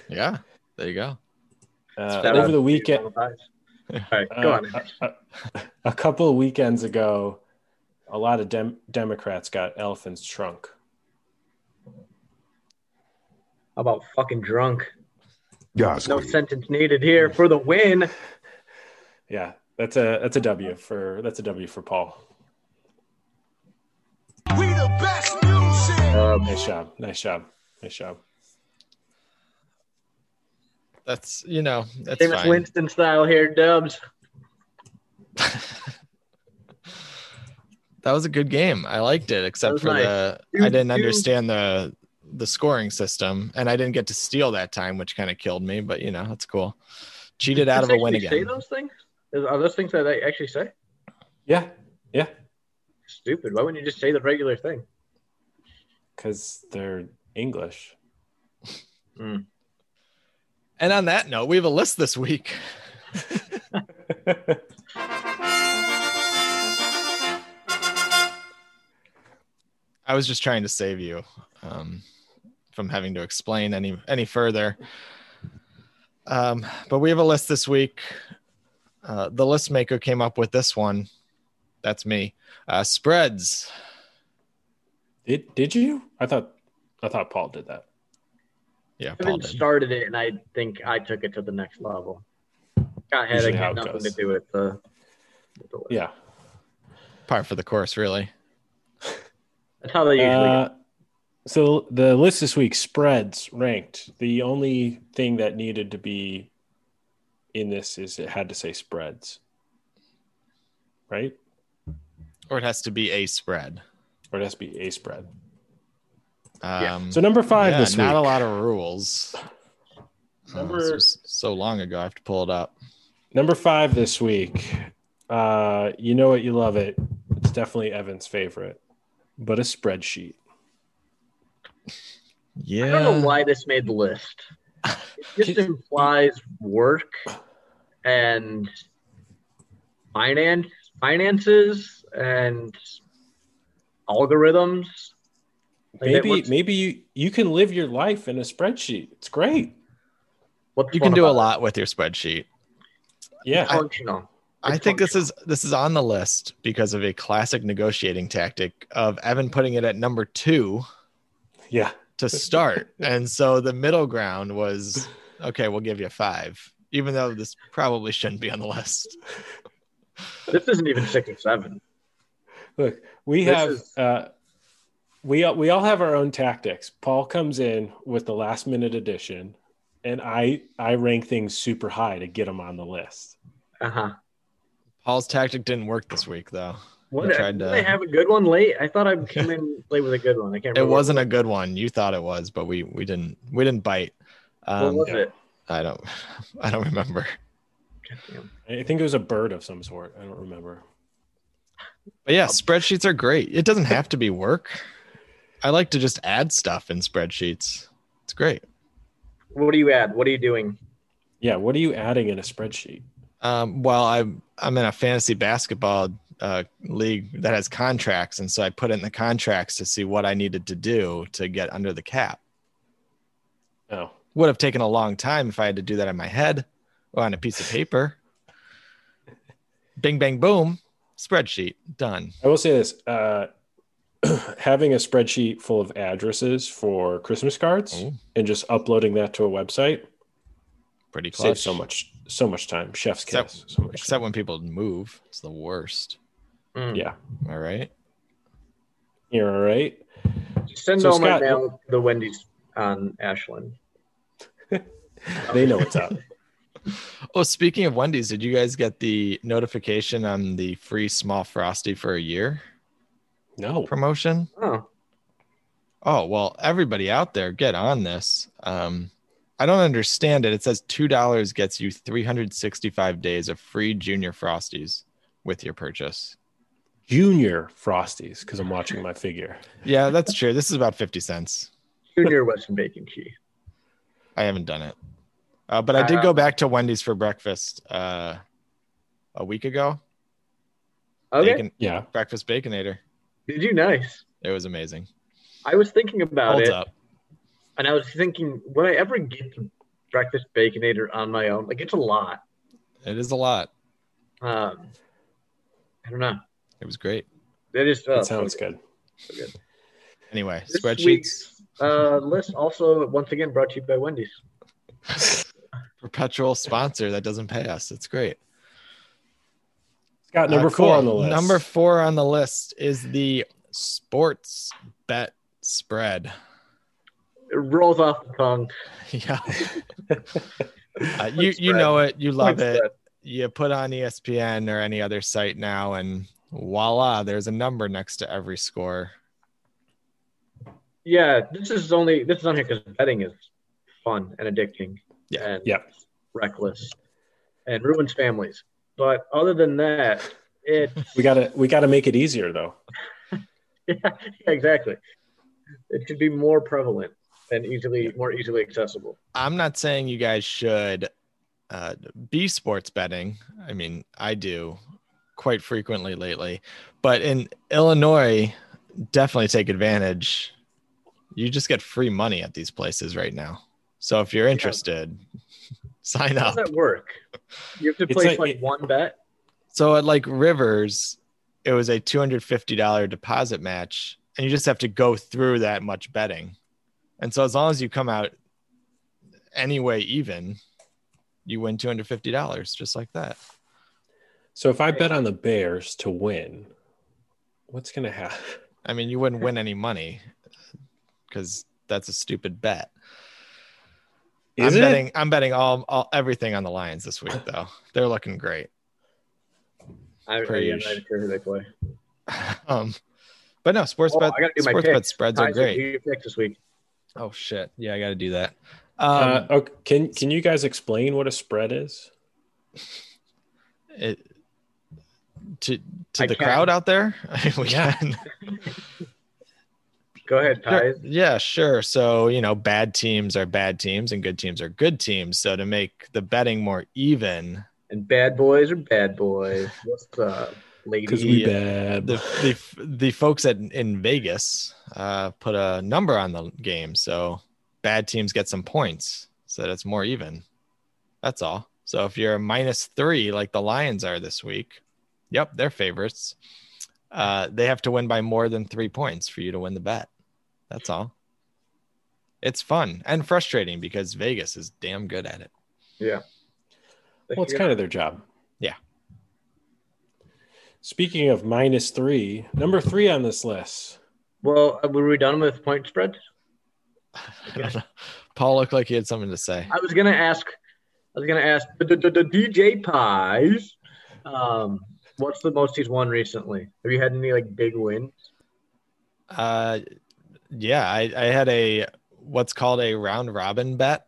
Speaker 2: Yeah, there you go.
Speaker 3: Uh,
Speaker 1: Shout out
Speaker 3: over
Speaker 1: to
Speaker 3: the weekend,
Speaker 1: All right, go
Speaker 3: Uh,
Speaker 1: on. Ash.
Speaker 3: a, a- a couple of weekends ago, a lot of dem- Democrats got elephants shrunk.
Speaker 1: How about fucking drunk?
Speaker 6: Yas
Speaker 1: No
Speaker 6: Queen.
Speaker 1: sentence needed here for the win.
Speaker 3: Yeah, that's a that's a W for that's a W for Paul.
Speaker 1: Um,
Speaker 3: Uh, Nice job, nice job, nice job.
Speaker 2: That's you know that's
Speaker 1: Jameis
Speaker 2: fine.
Speaker 1: Winston style here, Dubs.
Speaker 2: That was a good game. I liked it, except
Speaker 1: was
Speaker 2: for
Speaker 1: nice.
Speaker 2: the
Speaker 1: Dude,
Speaker 2: I didn't
Speaker 1: dude.
Speaker 2: understand the the scoring system, and I didn't get to steal that time, which kind of killed me. But you know, that's cool. Cheated out of a win
Speaker 1: Actually Say
Speaker 2: again.
Speaker 1: those things? Is- Are those things that I actually say?
Speaker 3: Yeah, yeah,
Speaker 1: Stupid. Why wouldn't you just say the regular thing?
Speaker 3: because they're English.
Speaker 2: And on that note, we have a list this week. <laughs> I was just trying to save you um, from having to explain any any further. Um, but we have a list this week. Uh, the list maker came up with this one. That's me. Uh, spreads.
Speaker 3: Did did you? I thought I thought Paul did that.
Speaker 2: Yeah, Paul
Speaker 1: Kevin
Speaker 2: did.
Speaker 1: started it, and I think I took it to the next level. Scott had
Speaker 3: Usually
Speaker 1: it,
Speaker 3: how
Speaker 1: had
Speaker 3: it
Speaker 1: nothing to
Speaker 3: goes.
Speaker 1: do with the. With the
Speaker 3: Yeah.
Speaker 2: Par for the course, really.
Speaker 1: That's how they usually.
Speaker 3: Uh, so the list this week spreads ranked. The only thing that needed to be in this is it had to say spreads, right?
Speaker 2: Or it has to be a spread.
Speaker 3: Or it has to be a spread.
Speaker 2: Um,
Speaker 1: Yeah.
Speaker 3: So number five
Speaker 2: yeah,
Speaker 3: this week.
Speaker 2: not a lot of
Speaker 1: <sighs>
Speaker 2: rules. Uh, this
Speaker 3: Number
Speaker 2: was so long ago, I have to pull it up.
Speaker 3: number five this week. Uh, you know what? You love it. It's definitely Evan's favorite, but a spreadsheet.
Speaker 2: Yeah.
Speaker 1: I don't know why this made
Speaker 2: <laughs>
Speaker 1: the list. It just implies work and finance, finances and algorithms. Like, that-
Speaker 3: Maybe
Speaker 1: what's-
Speaker 3: maybe you you can live your life in a spreadsheet. It's great.
Speaker 1: what's
Speaker 2: You can
Speaker 1: fun
Speaker 2: do a
Speaker 1: about it?
Speaker 2: lot with your spreadsheet.
Speaker 3: Yeah.
Speaker 1: Functional.
Speaker 2: I think this is this is on the list because of a classic negotiating tactic of Evan putting it at number two
Speaker 3: Yeah.
Speaker 2: to
Speaker 1: <laughs>
Speaker 2: start, and so the middle ground was okay. We'll give you five, even though this probably shouldn't be on the list.
Speaker 1: This isn't even six or seven.
Speaker 3: Look, we
Speaker 1: This
Speaker 3: have
Speaker 1: is-
Speaker 3: uh, we all- we all have our own tactics. Paul comes in with the last minute addition, and I I rank things super high to get them on the list.
Speaker 1: Uh huh.
Speaker 2: Paul's tactic didn't work this week, though.
Speaker 1: What?
Speaker 2: You tried
Speaker 1: did
Speaker 2: to-
Speaker 1: I have a good one late? I thought I'd
Speaker 2: <laughs>
Speaker 1: come in late with a good one. I can't.
Speaker 2: It
Speaker 1: remember.
Speaker 2: wasn't a good one. You thought it was, but we we didn't we didn't bite.
Speaker 1: What
Speaker 2: Um,
Speaker 1: was it?
Speaker 2: I don't <laughs> I don't remember.
Speaker 1: Goddamn.
Speaker 3: I think it was a bird of some sort. I don't remember.
Speaker 2: But yeah, spreadsheets are great. It doesn't have to be work. I like to just add stuff in spreadsheets. It's great.
Speaker 1: What do you add? What are you doing?
Speaker 3: Yeah, what are you adding in a spreadsheet?
Speaker 2: Um, well, I'm I'm in a fantasy basketball uh, league that has contracts, and so I put in the contracts to see what I needed to do to get under the cap.
Speaker 3: Oh,
Speaker 2: Would have taken a long time if I had to do that in my head or on a piece of paper. Bing bang boom, spreadsheet done.
Speaker 3: I will say this: uh, <clears throat> having a spreadsheet full of addresses for Christmas cards
Speaker 2: Oh.
Speaker 3: and just uploading that to a website
Speaker 2: Pretty close.
Speaker 3: saves so much, so much time. Chef's kiss.
Speaker 2: Except-
Speaker 3: so much
Speaker 2: Except when people move, it's the worst.
Speaker 1: Mm.
Speaker 3: yeah,
Speaker 2: All right.
Speaker 3: you're all right.
Speaker 1: Just send
Speaker 3: So,
Speaker 1: all
Speaker 3: Scott,
Speaker 1: my mail to the Wendy's on Ashland.
Speaker 3: They know what's up. <laughs>
Speaker 2: Oh, speaking of Wendy's, did you guys get the notification on the free small frosty for a year
Speaker 3: No,
Speaker 2: promotion?
Speaker 1: Oh,
Speaker 2: Oh, well, everybody out there, get on this. Um, I don't understand it. It says $2 gets you 365 days of free junior frosties with your purchase.
Speaker 3: Junior Frosties because I'm watching my figure.
Speaker 2: Yeah, that's true. This is about 50 cents.
Speaker 1: Junior Western Bacon Cheese.
Speaker 2: I haven't done it. Uh, but I did go back to Wendy's for breakfast uh, a week ago.
Speaker 1: Okay.
Speaker 2: Bacon,
Speaker 3: Yeah,
Speaker 2: breakfast baconator.
Speaker 1: Did you nice?
Speaker 2: It was amazing.
Speaker 1: I was thinking about
Speaker 2: Holds
Speaker 1: it,
Speaker 2: up.
Speaker 1: and I was thinking, would I ever get the breakfast baconator on my own? Like, it's a lot.
Speaker 2: It is a lot.
Speaker 1: Um, I don't know.
Speaker 2: It was great.
Speaker 1: That is uh,
Speaker 3: that sounds good.
Speaker 2: Anyway,
Speaker 1: This
Speaker 2: spreadsheets,
Speaker 1: week's, uh, list also once again brought to you by Wendy's.
Speaker 2: <laughs> perpetual sponsor that doesn't pay us. It's great.
Speaker 3: Scott, number
Speaker 2: Uh,
Speaker 3: four
Speaker 2: cool.
Speaker 3: on the list.
Speaker 2: Number four on the list is the sports bet spread. <laughs>
Speaker 1: It rolls off the tongue.
Speaker 3: <laughs>
Speaker 2: Yeah. Uh, you you know it. You love
Speaker 1: Thanks,
Speaker 2: it. You put on E ESPN or any other site now, and voila, there's a number next to every score.
Speaker 1: Yeah, this is only this is on here because betting is fun and addicting.
Speaker 2: Yeah.
Speaker 1: and
Speaker 3: Yeah.
Speaker 1: reckless and ruins families. But other than that, it
Speaker 3: we gotta we gotta make it easier though.
Speaker 1: yeah, exactly. It should be more prevalent and easily more easily accessible.
Speaker 2: I'm not saying you guys should uh, be sports betting. I mean, I do quite frequently lately, but in Illinois, definitely take advantage. You just get free money at these places right now. So if you're interested, <laughs> sign
Speaker 1: How
Speaker 2: up.
Speaker 1: does that work? You have to
Speaker 3: It's
Speaker 1: place
Speaker 3: like-
Speaker 1: like one bet.
Speaker 2: So at like Rivers, it was a $250 deposit match, and you just have to go through that much betting. And so as long as you come out anyway, even you win $250 just like that.
Speaker 3: So if I bet on the Bears to win, what's gonna happen?
Speaker 2: I mean, you wouldn't win any money because that's a stupid bet.
Speaker 3: Is
Speaker 2: I'm
Speaker 3: it?
Speaker 2: betting I'm betting all, all everything on the Lions this week though. They're looking great. <laughs>
Speaker 1: I, I, I'm not
Speaker 2: Pretty
Speaker 1: even sure who they play.
Speaker 2: um but no, sports
Speaker 1: Oh,
Speaker 2: bet
Speaker 1: I gotta do my
Speaker 2: sports
Speaker 1: picks.
Speaker 2: bet spreads are
Speaker 1: Tyson,
Speaker 2: great.
Speaker 1: who you pick this week?
Speaker 2: Oh shit. Yeah, I got to do that.
Speaker 3: uh,
Speaker 2: Um,
Speaker 3: okay, can can you guys explain what a spread is?
Speaker 2: it to to
Speaker 1: I
Speaker 2: the
Speaker 1: can.
Speaker 2: crowd out there <laughs> we
Speaker 3: Yeah.
Speaker 2: can <laughs>
Speaker 1: Go ahead,
Speaker 2: Sure.
Speaker 1: Ty.
Speaker 2: yeah sure so you know bad teams are bad teams and good teams are good teams so to make the betting more even
Speaker 1: And bad boys are bad boys. What's up, ladies?
Speaker 3: Because we
Speaker 2: Yeah.
Speaker 3: bet.
Speaker 2: the the, the folks at in vegas uh put a number on the game so bad teams get some points so that it's more even that's all so if you're a minus three like the lions are this week yep they're favorites uh they have to win by more than three points for you to win the bet that's all it's fun and frustrating because vegas is damn good at it
Speaker 3: well, it's kind of their job.
Speaker 2: Yeah.
Speaker 3: Speaking of minus three, number three on this list.
Speaker 1: Well, uh, were we done with point spreads?
Speaker 2: I don't know. <laughs> paul looked like he had something to say
Speaker 1: I was gonna ask. I was gonna ask the, the, the DJ pies. Um, What's the most he's won recently? Have you had any like big wins?
Speaker 2: Uh, yeah, I, I had a what's called a round robin bet.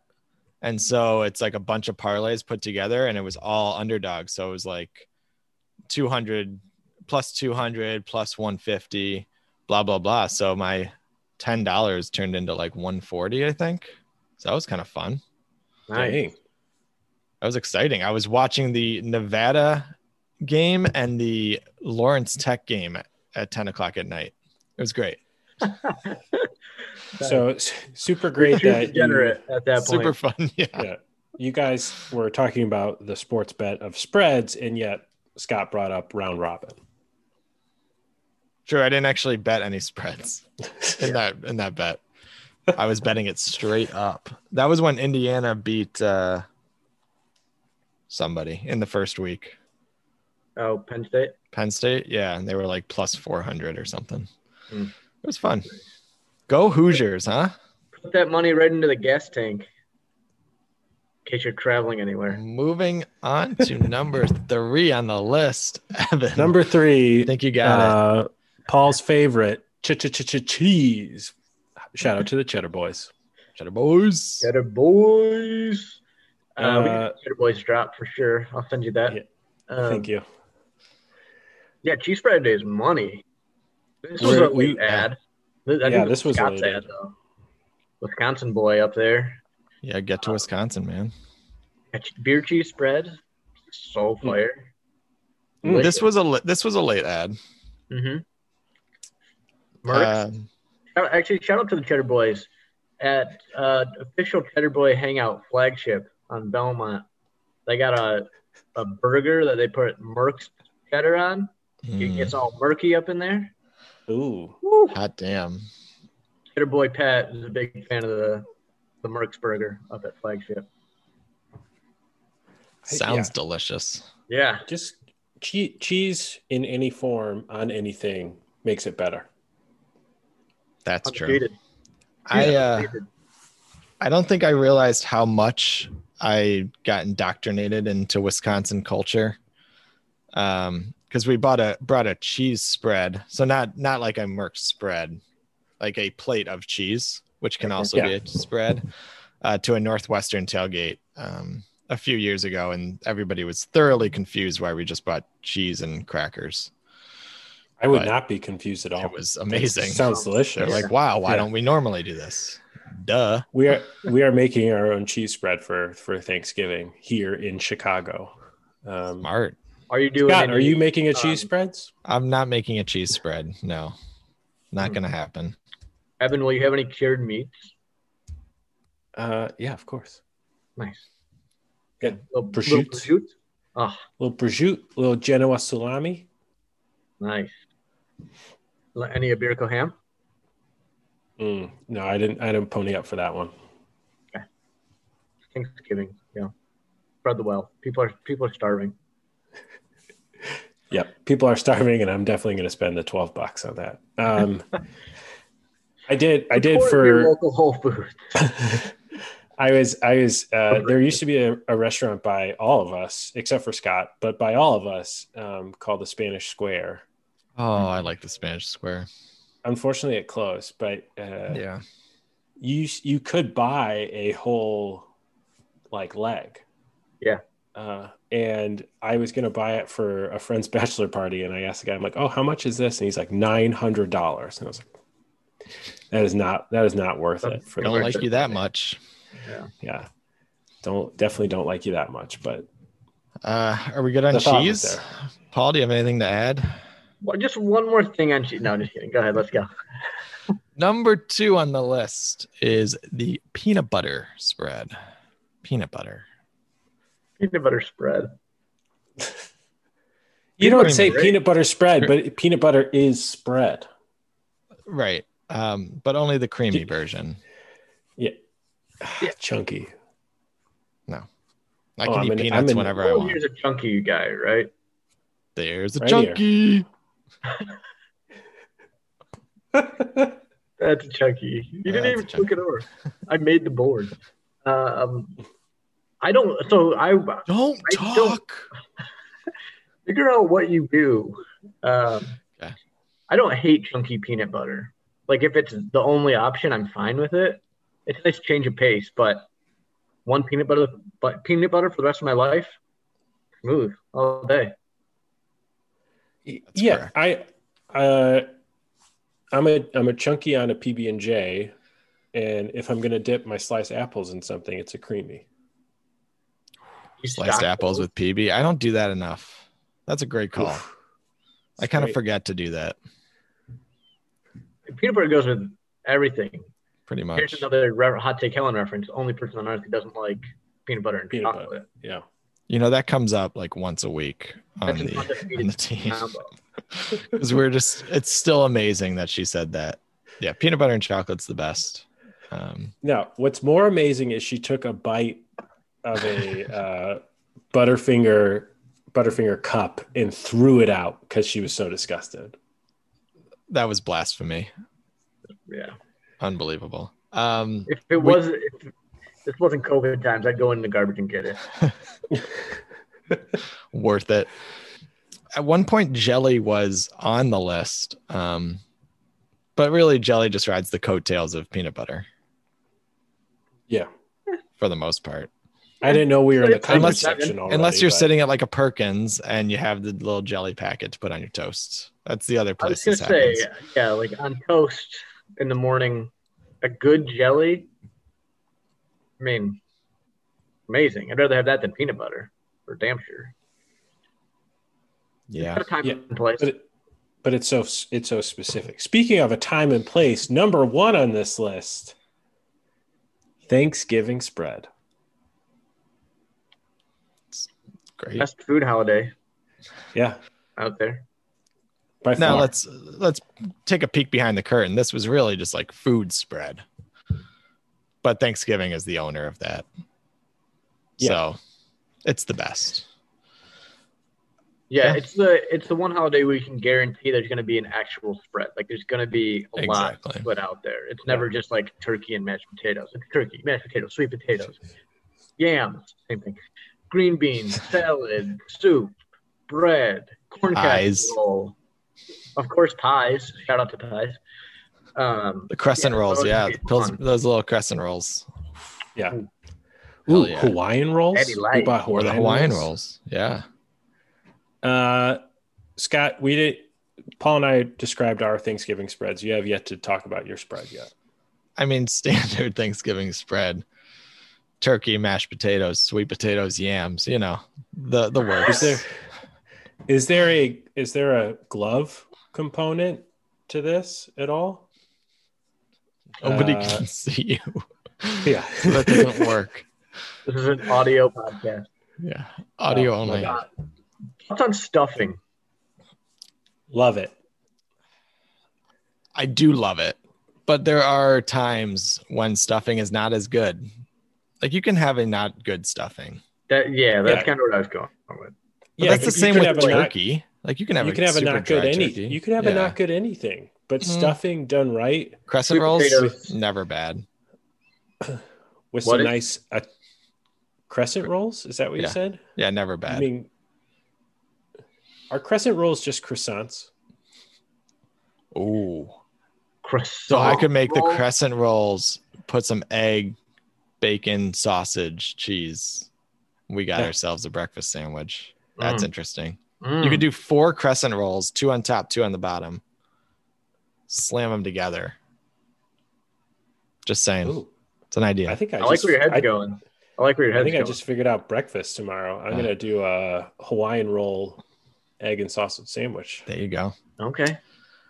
Speaker 2: And so it's like a bunch of parlays put together and it was all underdog. So it was like 200 plus 200 plus 150, blah, blah, blah. So my $10 turned into like 140, I think. So that was kind of fun.
Speaker 1: Nice.
Speaker 3: Dang.
Speaker 2: That was exciting. I was watching the Nevada game and the Lawrence Tech game at, at 10 o'clock at night. It was great.
Speaker 3: So s- super great that you,
Speaker 1: degenerate at that point.
Speaker 2: Super fun. <laughs> Yeah.
Speaker 3: yeah, you guys were talking about the sports bet of spreads, and yet Scott brought up round robin.
Speaker 2: Sure. I didn't actually bet any spreads
Speaker 3: <laughs>
Speaker 2: in that in that bet. I was betting it straight up. That was when Indiana beat uh, somebody in the first week.
Speaker 1: Oh, Penn State.
Speaker 2: Penn State, yeah, and they were like plus four hundred or something.
Speaker 1: Hmm.
Speaker 2: It was fun. Go Hoosiers, huh?
Speaker 1: Put that money right into the gas tank. In case you're traveling anywhere.
Speaker 2: Moving on
Speaker 3: <laughs>
Speaker 2: to number three on the list, Evan.
Speaker 3: Number
Speaker 2: I
Speaker 3: three,
Speaker 2: think you got it.
Speaker 3: uh, Paul's favorite, ch ch ch ch cheese. Shout out to the Cheddar Boys.
Speaker 2: Cheddar boys.
Speaker 1: Cheddar boys. Uh, we can
Speaker 3: Uh,
Speaker 1: do Cheddar boys drop for sure. I'll send you that.
Speaker 3: Yeah.
Speaker 1: Um,
Speaker 3: Thank you.
Speaker 1: Yeah, cheese spread day is money. This was
Speaker 3: We're-
Speaker 1: a late
Speaker 3: we-
Speaker 1: ad. This, I
Speaker 3: Yeah,
Speaker 1: think
Speaker 3: this was a
Speaker 1: Scott's
Speaker 3: late ad.
Speaker 1: though. Wisconsin boy up there.
Speaker 2: Yeah, get
Speaker 3: Uh,
Speaker 2: to Wisconsin, man.
Speaker 1: Yeah, che- Beer cheese spread, soul fire.
Speaker 3: Mm,
Speaker 2: This was a li- this was a late ad.
Speaker 1: Mm-hmm.
Speaker 2: Uh,
Speaker 1: Shout- actually, shout out to the Cheddar Boys at uh, official Cheddar Boy Hangout flagship on Belmont. They got a a burger that they put Merck's cheddar on. It
Speaker 2: mm,
Speaker 1: gets all murky up in there.
Speaker 3: Ooh,
Speaker 2: hmm, hot damn.
Speaker 1: Cheddar Boy Pat is a big fan of the the Merck's burger up at flagship.
Speaker 2: Sounds delicious.
Speaker 1: Yeah,
Speaker 3: just che- cheese in any form on anything makes it better.
Speaker 2: That's true.
Speaker 1: undefeated.
Speaker 2: I uh,
Speaker 1: Undefeated.
Speaker 2: I don't think I realized how much I got indoctrinated into Wisconsin culture. Um, because we bought a brought a cheese spread, so not not like a Merck spread, like a plate of cheese, which can also be a spread, uh, to a Northwestern tailgate um, a few years ago, and everybody was thoroughly confused why we just bought cheese and crackers.
Speaker 3: I would
Speaker 2: But
Speaker 3: not be confused at all.
Speaker 2: It was amazing.
Speaker 3: Sounds
Speaker 2: They're
Speaker 3: delicious.
Speaker 2: like, wow, why
Speaker 3: Yeah.
Speaker 2: don't we normally do this? Duh.
Speaker 3: we are we are making our own cheese spread for for Thanksgiving here in Chicago. Um,
Speaker 2: Smart.
Speaker 1: Are you doing?
Speaker 3: Scott,
Speaker 1: any-
Speaker 3: are you making a cheese
Speaker 1: um,
Speaker 3: spreads?
Speaker 2: I'm not making a cheese spread. No, not
Speaker 3: Hmm.
Speaker 2: gonna happen.
Speaker 1: Evan? Will you have any cured meats?
Speaker 3: Uh, yeah, of course.
Speaker 1: Nice.
Speaker 3: Yeah.
Speaker 1: Little-
Speaker 3: Prosciutto.
Speaker 1: little prosciutto? Oh,
Speaker 3: little prosciutto, little Genoa salami.
Speaker 1: nice. Li- Any Iberico ham?
Speaker 3: Mm, no, I didn't. I didn't pony up for that one.
Speaker 1: Thanksgiving. Yeah. Spread the wealth. People are people are starving.
Speaker 3: Yep, people are starving, and I'm definitely going to spend the twelve bucks on that. <laughs> Um, I did. I did
Speaker 1: Support your
Speaker 3: for.
Speaker 1: local Whole Foods.
Speaker 3: I was. I was. Uh, there used to be a, a restaurant by all of us, except for Scott, but by all of us, um, called the Spanish Square. Hmm.
Speaker 2: Oh, I like the Spanish Square.
Speaker 3: Unfortunately, it closed. But uh,
Speaker 2: Yeah.
Speaker 3: you you could buy a whole like leg.
Speaker 1: Yeah.
Speaker 3: Uh, and I was gonna buy it for a friend's <laughs> bachelor party, and I asked the guy, I'm like, "Oh, how much is this?" And he's like, 900 dollars." And I was like, "That is not that is not worth it." For
Speaker 2: Don't
Speaker 3: the-
Speaker 2: like you that much.
Speaker 3: Yeah. Don't definitely don't like you that much, but
Speaker 2: Uh, are we good on
Speaker 3: The thought was
Speaker 2: cheese?
Speaker 3: there.
Speaker 2: Paul, do you have anything to add?
Speaker 1: Well, just one more thing on cheese. No, I'm just kidding. Go ahead. Let's go.
Speaker 2: Number two on the list is the peanut butter spread. Peanut butter.
Speaker 1: Peanut butter spread.
Speaker 3: you
Speaker 2: Peanut
Speaker 3: don't say
Speaker 1: butter, right?
Speaker 3: peanut butter spread, but peanut butter is
Speaker 2: <sighs>
Speaker 3: spread.
Speaker 2: Right. Um, but only the creamy
Speaker 3: Ye-
Speaker 2: version. <laughs>
Speaker 3: Chunky.
Speaker 2: I
Speaker 3: Oh,
Speaker 2: can
Speaker 3: I'm
Speaker 2: eat
Speaker 3: an-
Speaker 2: peanuts
Speaker 3: I'm an-
Speaker 2: whenever I
Speaker 1: Oh,
Speaker 2: want.
Speaker 1: here's a chunky guy, right?
Speaker 2: There's a
Speaker 3: Right here.
Speaker 2: chunky.
Speaker 1: That's a chunky. You didn't
Speaker 2: That's
Speaker 1: even
Speaker 2: a chunky.
Speaker 1: look it over. I made the board. Um, I don't. So I
Speaker 2: Don't
Speaker 1: I don't-
Speaker 2: talk.
Speaker 1: Figure out what you do. Um,
Speaker 2: Okay.
Speaker 1: I don't hate chunky peanut butter. Like if it's the only option, I'm fine with it. It's a nice change of pace, but one peanut butter, but peanut butter for the rest of my life, smooth all day.
Speaker 2: That's
Speaker 3: yeah, I, uh, I'm a I'm a chunky on a PB and J, and if I'm gonna dip my sliced apples in something, it's a creamy.
Speaker 1: You
Speaker 2: Sliced
Speaker 1: stock
Speaker 2: apples with PB. I don't do that enough. That's a great call.
Speaker 3: Oof.
Speaker 2: I kind of
Speaker 3: Great.
Speaker 2: forget to do that
Speaker 1: peanut butter goes with everything.
Speaker 2: pretty
Speaker 1: Here's
Speaker 2: much.
Speaker 1: another re- hot take Helen reference. Only person on earth who doesn't like peanut butter and
Speaker 3: Peanut butter.
Speaker 1: chocolate.
Speaker 3: Yeah,
Speaker 2: You know, that comes up like once a week on
Speaker 1: That's an
Speaker 2: the, on the <laughs>
Speaker 1: undefeated
Speaker 2: team.
Speaker 1: combo.
Speaker 2: Because we're just, it's still amazing that she said that. Yeah, peanut butter and chocolate's the best. Um,
Speaker 3: Now, what's more amazing is she took a bite of
Speaker 2: <laughs>
Speaker 3: a uh, Butterfinger Butterfinger cup and threw it out because she was so disgusted.
Speaker 2: that was blasphemy.
Speaker 1: Yeah.
Speaker 2: Unbelievable. Um,
Speaker 1: If it was, if this wasn't COVID times, I'd go in the garbage and get it.
Speaker 2: worth it. At one point, jelly was on the list. Um, but really, jelly just rides the coattails of peanut butter
Speaker 3: Yeah,
Speaker 2: for the most part.
Speaker 3: I didn't know we were in the
Speaker 1: Unless-
Speaker 3: comfort section. Already,
Speaker 2: Unless you're
Speaker 3: but-
Speaker 2: sitting at like a Perkins and you have the little jelly packet to put on your toast. That's the other
Speaker 1: I was
Speaker 2: place
Speaker 1: gonna
Speaker 2: this
Speaker 1: say,
Speaker 2: happens.
Speaker 1: yeah, like on toast in the morning, a good jelly. I mean, amazing. I'd rather have that than peanut butter, for damn sure.
Speaker 2: Yeah.
Speaker 1: Got a time
Speaker 3: Yeah,
Speaker 1: and place.
Speaker 3: but it, but it's so it's so specific. Speaking of a time and place, number one on this list, Thanksgiving spread.
Speaker 2: Great.
Speaker 1: Best food holiday
Speaker 3: Yeah,
Speaker 1: out there.
Speaker 3: by
Speaker 2: Now
Speaker 3: far.
Speaker 2: let's let's take a peek behind the curtain. This was really just like food spread. But Thanksgiving is the owner of that. So it's the best.
Speaker 1: Yeah,
Speaker 2: Yeah.
Speaker 1: it's the it's the one holiday where you can guarantee there's going to be an actual spread. Like there's going to be a lot
Speaker 2: Exactly.
Speaker 1: put out there. It's never just like turkey and mashed potatoes. It's turkey, mashed potatoes, sweet potatoes, yams, same thing,
Speaker 2: <laughs>
Speaker 1: green beans, salad, soup, bread, corn
Speaker 2: Pies.
Speaker 1: casserole. Of course, pies. Shout out to pies. Um,
Speaker 2: The crescent
Speaker 1: Yeah,
Speaker 2: rolls,
Speaker 1: those
Speaker 2: yeah.
Speaker 1: would be
Speaker 2: the pils-
Speaker 1: fun.
Speaker 2: those little crescent rolls.
Speaker 3: yeah.
Speaker 2: Hell
Speaker 3: Ooh,
Speaker 2: yeah.
Speaker 3: Hawaiian rolls.
Speaker 1: Eddie Light.
Speaker 3: We bought
Speaker 2: Or
Speaker 3: Hawaiian
Speaker 2: the Hawaiian
Speaker 3: rolls.
Speaker 2: rolls. Yeah.
Speaker 3: Uh, Scott, we did. Paul and I described our Thanksgiving spreads. You have yet to talk about your spread yet.
Speaker 2: I mean, <laughs> standard Thanksgiving spread: turkey, mashed potatoes, sweet potatoes, yams. You know, the the
Speaker 3: Is
Speaker 2: works.
Speaker 3: there is there a is there a glove component to this at all?
Speaker 2: <laughs> Nobody
Speaker 3: uh,
Speaker 2: can see
Speaker 3: <laughs>
Speaker 2: you.
Speaker 3: Yeah,
Speaker 2: So that doesn't work.
Speaker 1: this is an audio podcast.
Speaker 2: Yeah, audio
Speaker 3: Oh, my
Speaker 2: only.
Speaker 3: God.
Speaker 1: What's on stuffing?
Speaker 3: Love it.
Speaker 2: I do love it, but there are times when stuffing is not as good. Like you can have a not good stuffing.
Speaker 1: That yeah, that's
Speaker 3: Yeah.
Speaker 1: kind of what I was going with.
Speaker 2: But
Speaker 3: Yeah,
Speaker 2: that's the
Speaker 3: you
Speaker 2: same
Speaker 3: could
Speaker 2: with
Speaker 3: have a not-
Speaker 2: turkey. like you can have
Speaker 3: you
Speaker 2: a
Speaker 3: can have a
Speaker 2: super
Speaker 3: not good
Speaker 2: dry
Speaker 3: any.
Speaker 2: turkey.
Speaker 3: You can have
Speaker 2: Yeah.
Speaker 3: a not good anything, but
Speaker 2: Mm.
Speaker 3: stuffing done right
Speaker 2: crescent
Speaker 1: Sweet
Speaker 2: rolls.
Speaker 1: potatoes.
Speaker 2: Never bad.
Speaker 3: with
Speaker 1: What
Speaker 3: some
Speaker 1: is-
Speaker 3: nice uh, crescent rolls. Is that what
Speaker 2: Yeah.
Speaker 3: you said?
Speaker 2: Yeah, never
Speaker 3: I
Speaker 2: bad.
Speaker 3: mean, are crescent rolls just croissants?
Speaker 2: Ooh.
Speaker 1: Croissant.
Speaker 2: So I could make the
Speaker 1: roll.
Speaker 2: crescent rolls, put some egg, bacon, sausage, cheese. We got
Speaker 3: Yeah.
Speaker 2: ourselves a breakfast sandwich. That's
Speaker 1: Mm.
Speaker 2: interesting.
Speaker 1: Mm.
Speaker 2: You could do four crescent rolls, two on top, two on the bottom. Slam them together. Just saying,
Speaker 3: Ooh,
Speaker 2: it's an idea.
Speaker 3: I think I,
Speaker 1: I, like
Speaker 3: just-
Speaker 1: where your head's
Speaker 3: I-
Speaker 1: going. I like where your
Speaker 3: I
Speaker 1: head's
Speaker 3: think I
Speaker 1: going.
Speaker 3: just figured out breakfast tomorrow. I'm
Speaker 2: Uh.
Speaker 3: gonna do a Hawaiian roll, egg and sausage sandwich.
Speaker 2: there you go.
Speaker 1: Okay.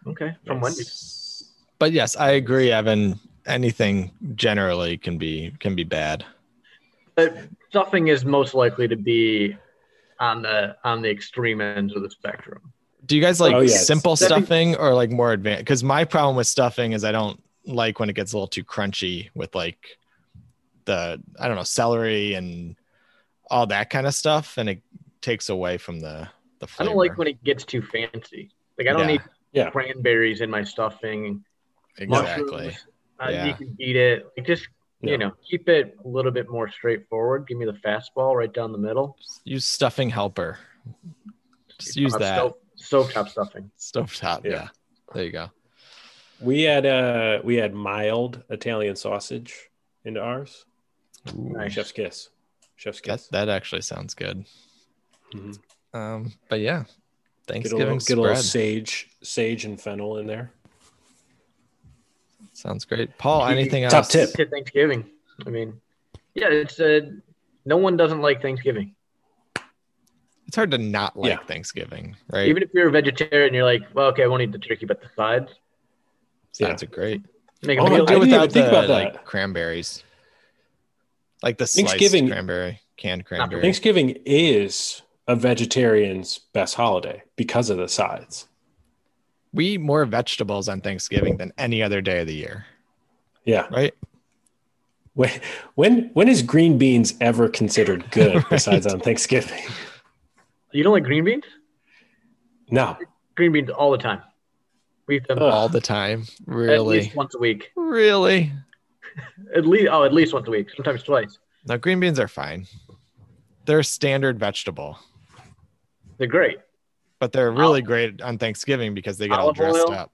Speaker 1: Okay. From
Speaker 3: Nice.
Speaker 1: Wendy's.
Speaker 2: But yes, I agree, Evan. Anything generally can be can be bad.
Speaker 1: But stuffing is most likely to be on the on the extreme ends of the spectrum.
Speaker 2: Do you guys like
Speaker 3: Oh, yes.
Speaker 2: simple
Speaker 1: That'd be-
Speaker 2: stuffing or like more advanced? Because my problem with stuffing is I don't like when it gets a little too crunchy with like the I don't know celery and all that kind of stuff, and it takes away from the the
Speaker 1: I
Speaker 2: flavor.
Speaker 1: don't like when it gets too fancy. Like I don't
Speaker 2: Yeah.
Speaker 1: need
Speaker 3: Yeah.
Speaker 1: cranberries in my stuffing.
Speaker 2: exactly.
Speaker 1: mushrooms. Uh, You
Speaker 2: Yeah.
Speaker 1: can eat it. Like just
Speaker 3: Yeah.
Speaker 1: you know, keep it a little bit more straightforward. Give me the fastball right down the middle.
Speaker 2: Use stuffing helper. Just use
Speaker 1: Uh,
Speaker 2: that
Speaker 1: stove- stovetop stuffing.
Speaker 2: stovetop.
Speaker 3: Yeah.
Speaker 2: Yeah. There you go.
Speaker 3: We had uh we had mild Italian sausage into ours.
Speaker 1: Nice.
Speaker 3: Chef's kiss. Chef's
Speaker 2: That
Speaker 3: kiss.
Speaker 2: that actually sounds good.
Speaker 3: Mhm.
Speaker 2: Um, but yeah,
Speaker 3: Get a little,
Speaker 2: Thanksgiving
Speaker 3: get a little
Speaker 2: spread.
Speaker 3: sage, sage and fennel in there.
Speaker 2: sounds great. Paul, anything
Speaker 3: Top
Speaker 2: else?
Speaker 3: tip.
Speaker 1: To Thanksgiving. I mean, yeah, it's uh, no one doesn't like Thanksgiving.
Speaker 2: It's hard to not like
Speaker 3: Yeah.
Speaker 2: Thanksgiving, right?
Speaker 1: Even if you're a vegetarian, you're like, well, okay, I won't eat the turkey, but the sides.
Speaker 2: sounds great.
Speaker 1: Make a
Speaker 3: Oh,
Speaker 2: What do
Speaker 3: I
Speaker 2: you do
Speaker 1: meal.
Speaker 3: didn't even
Speaker 2: without
Speaker 3: think
Speaker 2: the
Speaker 3: about that.
Speaker 2: like cranberries? Like the sliced
Speaker 3: Thanksgiving-
Speaker 2: cranberry, canned
Speaker 1: Not the
Speaker 2: cranberry.
Speaker 3: Thanksgiving is a vegetarian's best holiday because of the sides.
Speaker 2: we eat more vegetables on Thanksgiving than any other day of the year, <laughs>
Speaker 3: Yeah.
Speaker 2: right?
Speaker 3: When when when is green beans ever considered
Speaker 2: <laughs>
Speaker 3: good besides on Thanksgiving?
Speaker 1: You don't like green beans?
Speaker 3: No.
Speaker 1: Green beans all the time. We eat them
Speaker 3: Ugh.
Speaker 2: All the time.
Speaker 1: at
Speaker 2: Really?
Speaker 1: least once a week.
Speaker 2: Really?
Speaker 1: At least oh, at least once a week. Sometimes twice.
Speaker 2: No, green beans are fine. They're a standard vegetable,
Speaker 1: They're great.
Speaker 2: but they're really great on Thanksgiving because they get all
Speaker 1: Olive
Speaker 2: dressed
Speaker 1: oil.
Speaker 2: up.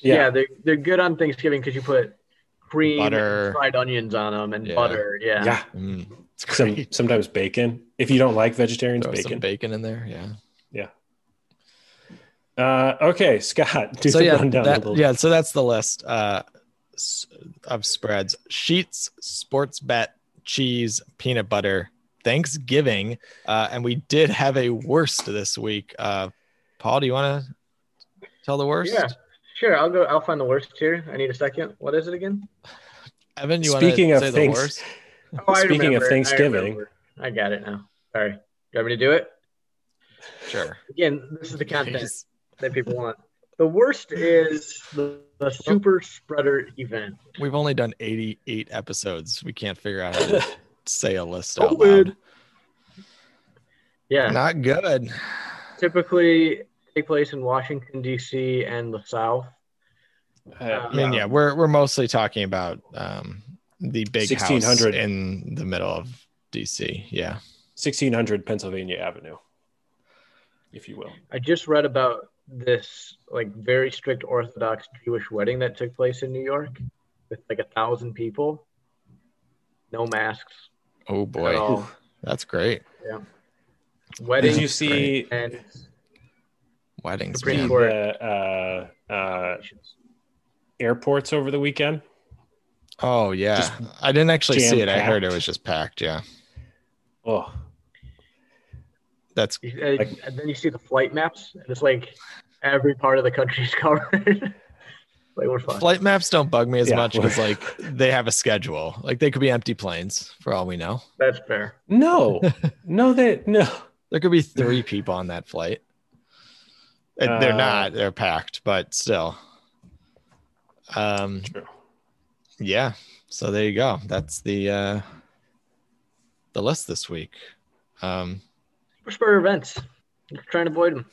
Speaker 1: Yeah,
Speaker 3: Yeah.
Speaker 1: they're they're good on Thanksgiving because you put cream, and
Speaker 2: Butter.
Speaker 1: fried onions on them, and
Speaker 2: Yeah.
Speaker 1: butter.
Speaker 3: Yeah.
Speaker 1: Yeah.
Speaker 2: Mm, it's
Speaker 3: Some,
Speaker 2: great.
Speaker 3: sometimes bacon. If you don't like vegetarians,
Speaker 2: Throw
Speaker 3: bacon.
Speaker 2: some bacon in there. Yeah.
Speaker 3: Uh, okay, Scott, <laughs> do
Speaker 2: so
Speaker 3: the
Speaker 2: yeah,
Speaker 3: rundown
Speaker 2: that-
Speaker 3: a little.
Speaker 2: yeah, so that's the list uh, s- of spreads: sheets, sports bet, cheese, peanut butter, Thanksgiving, uh, and we did have a worst this week. Uh, Paul, do you want to tell the worst?
Speaker 1: Yeah. Sure, I'll go. I'll find the worst here. I need a second. What is it again?
Speaker 2: Evan, you
Speaker 3: Speaking
Speaker 2: want
Speaker 3: of
Speaker 2: to say
Speaker 3: things-
Speaker 2: the worst?
Speaker 1: Oh, I
Speaker 3: Speaking of
Speaker 1: remember, I
Speaker 3: Thanksgiving.
Speaker 1: remember. I got it now. Sorry. Do you want me to do it? <laughs>
Speaker 2: Sure.
Speaker 1: Again, this is the content
Speaker 2: Please.
Speaker 1: that people want. The worst is the, the super spreader event.
Speaker 2: We've only done 88 episodes. We can't figure out
Speaker 3: <laughs>
Speaker 2: how to say a list out
Speaker 1: COVID.
Speaker 2: loud.
Speaker 1: Yeah.
Speaker 2: Not good.
Speaker 1: Typically take place in Washington, D.C. and the South.
Speaker 3: Uh,
Speaker 2: I mean, yeah, we're we're mostly talking about um, the big
Speaker 3: 1600.
Speaker 2: house in the middle of DC. Yeah,
Speaker 3: 1600 Pennsylvania Avenue, if you will.
Speaker 1: I just read about this like very strict Orthodox Jewish wedding that took place in New York with like a thousand people, no masks
Speaker 2: Oh
Speaker 1: at
Speaker 2: boy,
Speaker 1: all.
Speaker 2: that's great.
Speaker 1: Wedding
Speaker 3: Did you see
Speaker 1: and
Speaker 2: Weddings,
Speaker 1: Supreme
Speaker 2: man.
Speaker 1: Court.
Speaker 3: the uh, uh, airports over the weekend?
Speaker 2: Oh yeah,
Speaker 3: Just
Speaker 2: I didn't actually see it. I heard it
Speaker 3: jam-packed.
Speaker 2: was just packed. Yeah,
Speaker 3: Oh,
Speaker 2: that's
Speaker 1: You- and- and then you see the flight maps, and it's like every part of the country is <laughs> covered. like we're fine.
Speaker 2: flight maps don't bug me as
Speaker 3: Yeah,
Speaker 2: much
Speaker 3: we're-
Speaker 2: because like they have a schedule. Like they could be empty planes for all we know.
Speaker 1: That's fair. <laughs>
Speaker 3: no, no, that no.
Speaker 2: There could be three people on that flight. And they're
Speaker 3: Uh,
Speaker 2: not. They're packed, but still. Um,
Speaker 3: True.
Speaker 2: yeah so there you go that's the uh the list this week um
Speaker 1: Super spur events. Just trying to avoid them.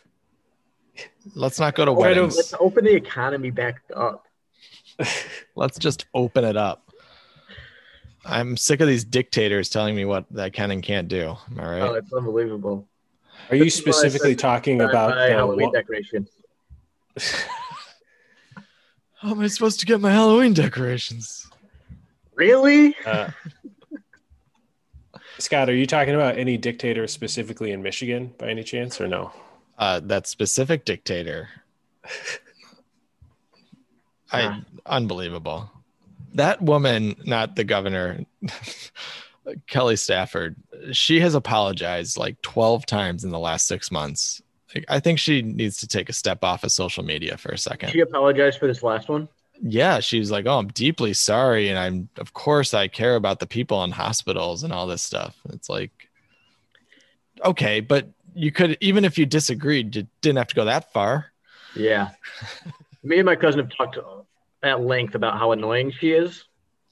Speaker 2: let's not go to
Speaker 3: Why don't-
Speaker 2: weddings
Speaker 1: Let's open the economy back up.
Speaker 2: let's just open it up i'm sick of these dictators telling me what i can and can't do am i
Speaker 1: Oh,
Speaker 2: right
Speaker 1: it's unbelievable.
Speaker 3: Are you
Speaker 1: This is why I said
Speaker 3: specifically talking about
Speaker 1: Bye-bye
Speaker 3: the
Speaker 2: uh,
Speaker 1: Halloween
Speaker 3: wa-
Speaker 1: decorations.
Speaker 2: how am i supposed to get my halloween decorations
Speaker 1: Really?
Speaker 3: uh, Scott? Are you talking about any dictator specifically in Michigan by any chance, or no?
Speaker 2: uh that specific dictator i
Speaker 1: Ah.
Speaker 2: unbelievable that woman not the governor <laughs> kelly stafford she has apologized like 12 times in the last six months Like, i think she needs to take a step off of social media for a second
Speaker 1: She apologized for this last one.
Speaker 2: yeah she's like oh i'm deeply sorry and i'm of course i care about the people in hospitals and all this stuff And it's like okay but you could even if you disagreed you didn't have to go that far <laughs>
Speaker 1: Yeah. Me and my cousin have talked at length about how annoying she is.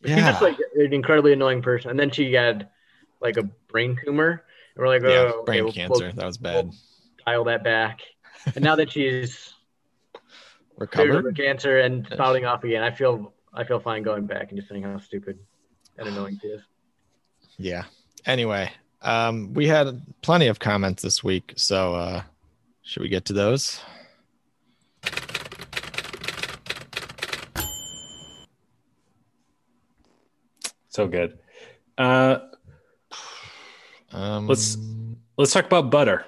Speaker 1: She's
Speaker 2: Yeah.
Speaker 1: just like an incredibly annoying person. And then she had like a brain tumor. And we're like, oh,
Speaker 2: yeah,
Speaker 1: okay,
Speaker 2: brain
Speaker 1: we'll-
Speaker 2: cancer.
Speaker 1: we'll
Speaker 2: that was bad.
Speaker 1: dial that back. And now that
Speaker 2: <laughs>
Speaker 1: she's cleared of her
Speaker 2: Recovered.
Speaker 1: cancer and spouting off again, I feel I feel fine going back and just saying how stupid and annoying she is.
Speaker 2: Yeah. Anyway, um, we had plenty of comments this week, so uh, Should we get to those?
Speaker 3: So good. Uh,
Speaker 2: Um,
Speaker 3: Let's- let's talk about butter.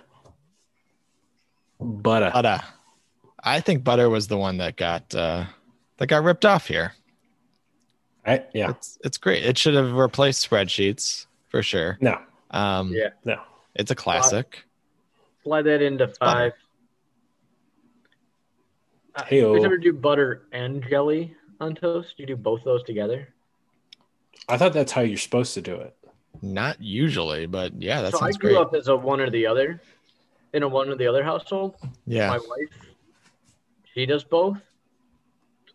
Speaker 3: Butter.
Speaker 2: butter. I think butter was the one that got uh, that got ripped off here.
Speaker 3: I, yeah.
Speaker 2: It's it's great. It should have replaced spreadsheets for sure.
Speaker 3: No.
Speaker 2: Um,
Speaker 1: Yeah.
Speaker 3: No.
Speaker 2: it's a classic.
Speaker 1: Slide that into five. Uh, do you guys
Speaker 3: Heyo.
Speaker 1: ever do butter and jelly on toast? Do you do both those together?
Speaker 3: I thought that's how you're supposed to do it.
Speaker 2: Not usually, but yeah, that
Speaker 1: so I
Speaker 2: sounds
Speaker 1: grew
Speaker 2: great.
Speaker 1: up as a one or the other, in a one or the other household.
Speaker 2: yeah,
Speaker 1: My wife, she does both.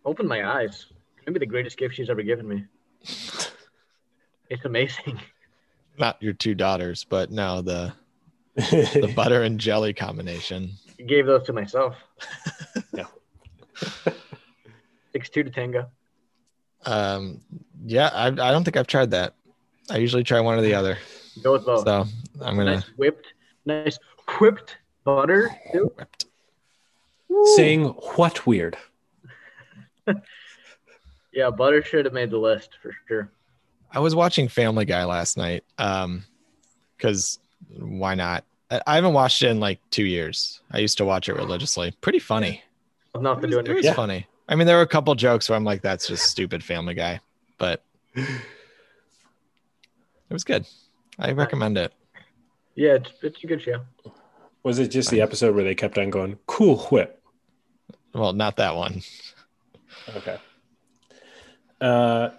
Speaker 1: Opened my eyes. Maybe the greatest gift she's ever given
Speaker 2: <laughs>
Speaker 1: me. It's amazing. <laughs>
Speaker 2: not your two daughters, but no the the
Speaker 3: <laughs>
Speaker 2: butter and jelly combination.
Speaker 1: Gave those
Speaker 2: <laughs>
Speaker 1: to myself.
Speaker 3: Yeah.
Speaker 1: Six two to tango.
Speaker 2: Um, yeah, I I don't think I've tried that. I usually try one or the other.
Speaker 1: Go with both.
Speaker 2: So I'm gonna
Speaker 1: Oh. nice whipped, nice whipped butter. too.
Speaker 3: Saying what weird?
Speaker 1: Yeah, butter should have made the list for sure.
Speaker 2: I was watching Family Guy last night. Um, because why not? I I haven't watched it in like two years. I used to watch it religiously. Pretty funny. It
Speaker 1: Nothing
Speaker 2: was,
Speaker 1: doing
Speaker 2: it was
Speaker 3: Yeah.
Speaker 2: funny. I mean, there were a couple jokes where I'm like, "That's just stupid Family Guy," but it was good. I recommend it.
Speaker 1: Yeah, it's, it's a good show.
Speaker 3: Was it just the episode where they kept on going, cool whip?
Speaker 2: Well, not that one.
Speaker 3: Okay. Uh,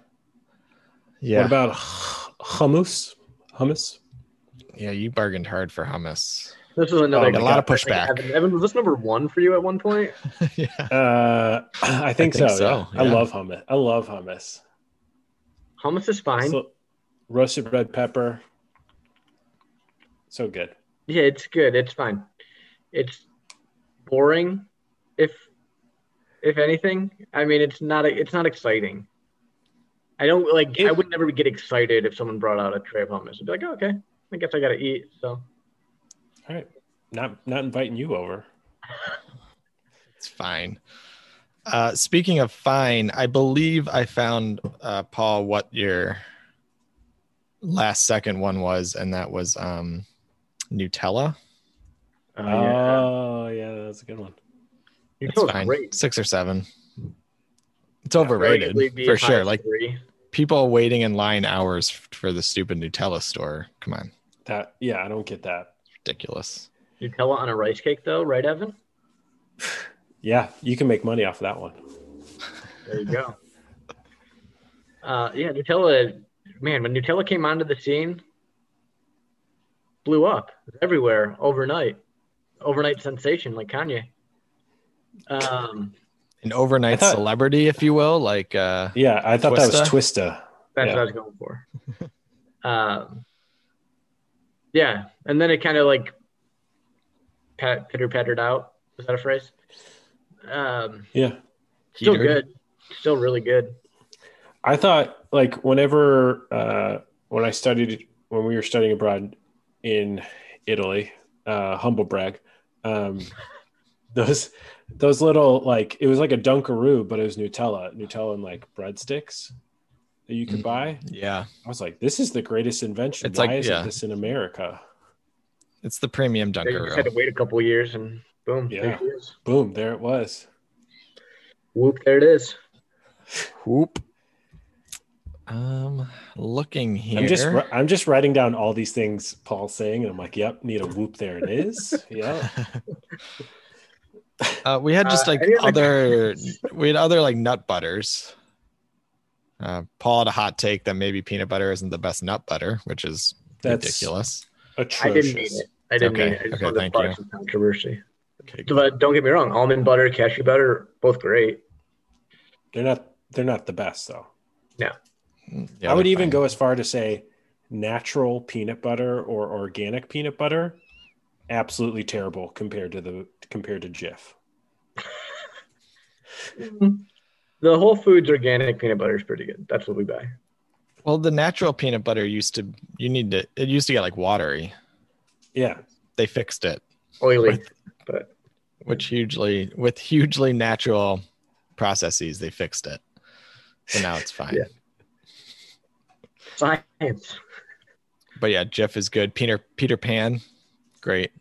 Speaker 2: Yeah,
Speaker 3: What about h- hummus? Hummus?
Speaker 2: yeah. You bargained hard for hummus.
Speaker 1: This is another
Speaker 3: Oh, my
Speaker 2: a lot of
Speaker 1: I think
Speaker 2: pushback.
Speaker 1: Evan, Evan, was this number one for you at one point?
Speaker 2: <laughs> yeah,
Speaker 3: Uh, <clears throat> I think,
Speaker 2: think
Speaker 3: so.
Speaker 2: so,
Speaker 3: yeah. I
Speaker 2: yeah.
Speaker 3: love hummus. I love hummus.
Speaker 1: Hummus is fine.
Speaker 3: So, roasted red pepper. So good.
Speaker 1: yeah, it's good. It's fine. It's boring, if if anything. I mean, it's not it's not exciting. I don't like. I
Speaker 3: It-
Speaker 1: would never get excited if someone brought out a tray of hummus. I'd be like, oh, okay, I guess I gotta eat. So
Speaker 3: All right. Not not inviting you over.
Speaker 2: it's fine. Uh, speaking of fine, I believe I found uh, Paul what your last second one was, and that was um, Nutella.
Speaker 1: uh,
Speaker 3: Oh yeah, that's a good one.
Speaker 1: Nutella's
Speaker 2: It's fine.
Speaker 1: great.
Speaker 2: Six or seven. It's
Speaker 1: Yeah,
Speaker 2: overrated
Speaker 1: arguably be
Speaker 2: for
Speaker 1: as high
Speaker 2: sure.
Speaker 1: as
Speaker 2: Like
Speaker 1: three.
Speaker 2: people waiting in line hours f- for the stupid Nutella store. Come on,
Speaker 3: That yeah, I don't get that.
Speaker 2: ridiculous.
Speaker 1: Nutella on a rice cake, though, right, Evan?
Speaker 3: Yeah, you can make money off of that one.
Speaker 1: There you
Speaker 2: <laughs>
Speaker 1: go. uh, yeah, Nutella, man, when Nutella came onto the scene, blew up everywhere overnight. Overnight sensation, like Kanye. Um,
Speaker 2: An overnight
Speaker 3: I thought-
Speaker 2: celebrity, if you will, like uh,
Speaker 3: Yeah, I thought that was Twista.
Speaker 1: that's
Speaker 3: Yeah.
Speaker 1: what I was going for. <laughs> um, yeah, and then it kind of like pat, pitter pattered out. Is that a phrase? Um,
Speaker 3: Yeah.
Speaker 1: still
Speaker 2: Peter.
Speaker 1: good, still really good.
Speaker 3: I thought like whenever uh when I studied when we were studying abroad in Italy, uh humble brag, um <laughs> those those little like it was like a Dunkaroo, but it was Nutella, Nutella and like breadsticks that you could
Speaker 2: Mm.
Speaker 3: buy.
Speaker 2: Yeah,
Speaker 3: I was like, this is the greatest invention.
Speaker 2: It's
Speaker 3: Why
Speaker 2: like-
Speaker 3: isn't
Speaker 2: yeah.
Speaker 3: this in America?
Speaker 2: it's the premium
Speaker 1: They just had to
Speaker 2: Dunkaroo.
Speaker 1: wait a couple of years and boom, there
Speaker 3: Yeah.
Speaker 1: she is.
Speaker 3: Boom, there it was.
Speaker 1: Whoop, there it is.
Speaker 2: Whoop. Um, looking here.
Speaker 3: I'm just I'm just writing down all these things Paul's saying, and I'm like, yep, need a whoop. There it is. <laughs> yeah.
Speaker 2: <laughs> uh, we had just
Speaker 1: Uh,
Speaker 2: like
Speaker 1: any other
Speaker 2: other we had other like nut butters uh, paul had a hot take that maybe peanut butter isn't the best nut butter which is
Speaker 3: That's
Speaker 2: ridiculous
Speaker 1: I
Speaker 3: atrocious.
Speaker 1: didn't mean it. I didn't
Speaker 2: Okay,
Speaker 1: mean it. I just
Speaker 2: okay,
Speaker 1: wanted
Speaker 2: thank
Speaker 1: to spark
Speaker 2: you.
Speaker 1: some controversy.
Speaker 2: Okay,
Speaker 1: But don't get me wrong, almond butter, cashew butter, both great.
Speaker 3: They're not they're not the best though.
Speaker 2: Yeah,
Speaker 3: I would
Speaker 2: they're
Speaker 3: even
Speaker 2: fine.
Speaker 3: go as far to say natural peanut butter or organic peanut butter absolutely terrible compared to the compared to Jif.
Speaker 1: The Whole Foods organic peanut butter is pretty good. That's what we buy.
Speaker 2: well the natural peanut butter used to you need to it used to get like watery
Speaker 3: Yeah.
Speaker 2: they fixed it
Speaker 1: Oily.
Speaker 2: With-
Speaker 1: But
Speaker 2: which hugely with hugely natural processes they fixed it. So now
Speaker 3: <laughs>
Speaker 2: it's fine.
Speaker 1: Yeah. science.
Speaker 2: But yeah, Jeff is good. Peter Peter Pan, great.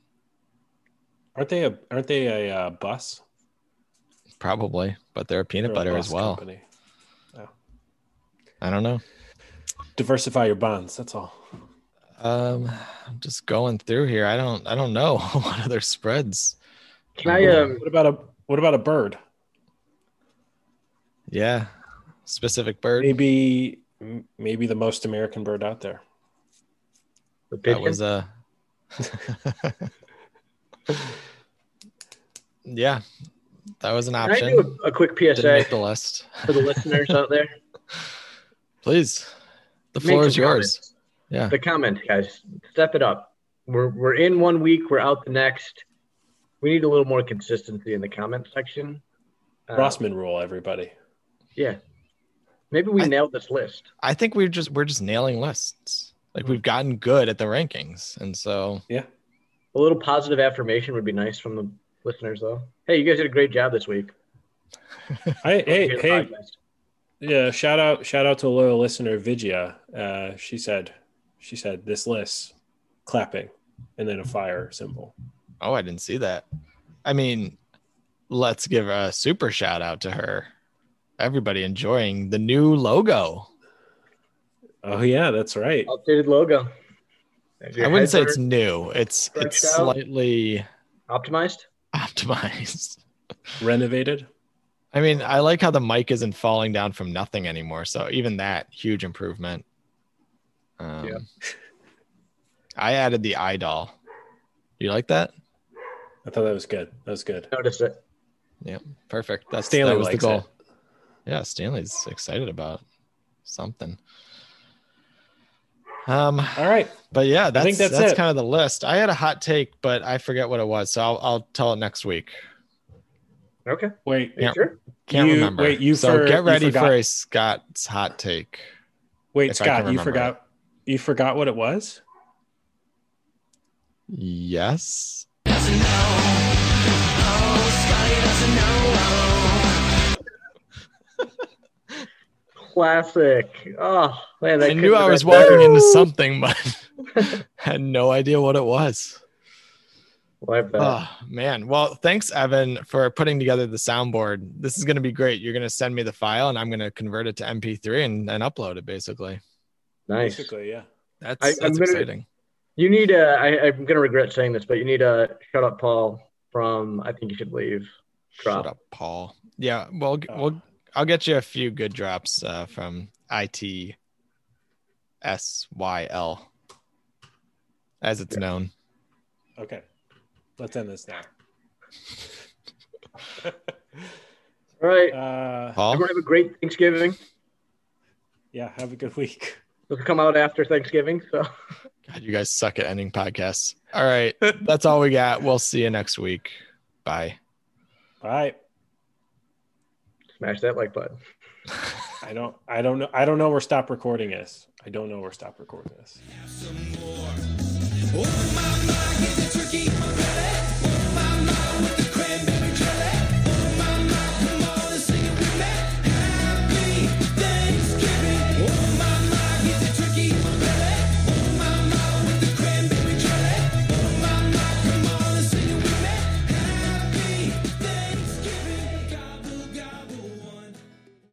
Speaker 3: Aren't they a aren't they a uh, bus?
Speaker 2: Probably, but they're a peanut
Speaker 3: They're a
Speaker 2: butter as
Speaker 3: bus
Speaker 2: well.
Speaker 3: company.
Speaker 2: I don't know.
Speaker 3: Diversify your bonds. That's all.
Speaker 2: Um, I'm just going through here. I don't. I don't know <laughs> what other spreads.
Speaker 1: Can I um
Speaker 3: What about a what about a bird?
Speaker 2: Yeah, specific bird.
Speaker 3: Maybe m- maybe the most American bird out there.
Speaker 1: the pigeon?
Speaker 2: That was uh,
Speaker 3: <laughs>
Speaker 2: a. <laughs> yeah, that was an
Speaker 1: Can I do
Speaker 2: option.
Speaker 1: a, a quick
Speaker 2: Didn't
Speaker 1: PSA
Speaker 2: make the list. <laughs>
Speaker 1: for the listeners out there?
Speaker 2: Please, <laughs> the
Speaker 1: Make
Speaker 2: floor
Speaker 1: some
Speaker 2: is yours.
Speaker 1: comments.
Speaker 2: Yeah.
Speaker 1: The comment, guys. Step it up. We're we're in one week, we're out the next. We need a little more consistency in the comment section. Uh,
Speaker 3: Rossman rule, everybody.
Speaker 1: Yeah. Maybe we
Speaker 2: I-
Speaker 1: nailed this list.
Speaker 2: I think we're just we're just nailing lists. Like we've gotten good at the rankings, and so
Speaker 3: Yeah.
Speaker 1: A little positive affirmation would be nice from the listeners, though. Hey, you guys did a great job this week.
Speaker 3: I, hey,
Speaker 1: Great
Speaker 3: hey,
Speaker 1: podcast.
Speaker 3: yeah, shout out shout out to a loyal listener Vigia. Uh, she said she said this list clapping and then a fire symbol.
Speaker 2: oh, I didn't see that. I mean, let's give a super shout out to her. Everybody enjoying the new logo.
Speaker 3: Oh yeah, that's right.
Speaker 1: updated logo. Is your
Speaker 2: I wouldn't
Speaker 1: heads
Speaker 2: say
Speaker 1: are
Speaker 2: it's new. It's
Speaker 1: stretched
Speaker 2: it's
Speaker 1: out?
Speaker 2: slightly
Speaker 1: optimized.
Speaker 2: optimized.
Speaker 3: Renovated.
Speaker 2: I mean, I like how the mic isn't falling down from nothing anymore. So even that huge improvement. Um,
Speaker 1: Yeah.
Speaker 2: <laughs> I added the eye doll. You like that?
Speaker 3: I thought that was good. That was good.
Speaker 1: Notice it.
Speaker 2: Perfect. That's
Speaker 3: Stanley
Speaker 2: that was the
Speaker 3: likes
Speaker 2: goal.
Speaker 3: it.
Speaker 2: Yeah, Stanley's excited about something. Um,
Speaker 3: All right.
Speaker 2: but yeah, that's
Speaker 3: think
Speaker 2: that's,
Speaker 3: that's it.
Speaker 2: kind of the list. I had a hot take, but I forget what it was, so I'll, I'll tell it next week.
Speaker 1: Okay.
Speaker 3: Wait,
Speaker 1: Are you
Speaker 2: Yeah.
Speaker 1: Sure.
Speaker 2: Can't
Speaker 3: You-
Speaker 2: remember.
Speaker 3: wait, you
Speaker 2: so
Speaker 3: for- you
Speaker 2: get ready
Speaker 3: forgot.
Speaker 2: for a Scott's hot take.
Speaker 3: wait,
Speaker 2: If I can
Speaker 3: Scott, you
Speaker 2: remember
Speaker 3: forgot you forgot what it was?
Speaker 2: Yes.
Speaker 1: Classic. Oh man, that
Speaker 2: I
Speaker 1: couldn't
Speaker 2: knew
Speaker 1: have
Speaker 2: I was
Speaker 1: been better.
Speaker 2: walking
Speaker 1: <laughs>
Speaker 2: into something, but <laughs> had no idea what it was.
Speaker 1: Well, I bet.
Speaker 2: Oh man. Well, thanks, Evan, for putting together the soundboard. This is gonna be great. You're gonna send me the file and I'm gonna convert it to MP3 and, and upload it basically.
Speaker 1: nice.
Speaker 3: Basically, yeah.
Speaker 2: That's
Speaker 1: I- I'm
Speaker 2: that's
Speaker 1: gonna-
Speaker 2: exciting.
Speaker 1: You need a. I, I'm gonna regret saying this, but you need a shut up, Paul. From I think you should leave. drop. Uh.
Speaker 2: Shut up, Paul. Yeah, well g- we'll I'll get you a few good drops uh, from IT SYL as it's known.
Speaker 3: Okay. Let's end this now.
Speaker 1: All right.
Speaker 3: Uh,
Speaker 2: Paul.
Speaker 1: Everyone have a great Thanksgiving.
Speaker 3: yeah, have a good week.
Speaker 1: This will come out after Thanksgiving, so <laughs>
Speaker 2: God, you guys suck at ending podcasts. All right. That's all we got. We'll see you next week. Bye.
Speaker 3: Bye.
Speaker 1: smash that like button.
Speaker 3: I don't I don't know I don't know where stop recording is. I don't know where stop recording is.
Speaker 7: Oh, my, my.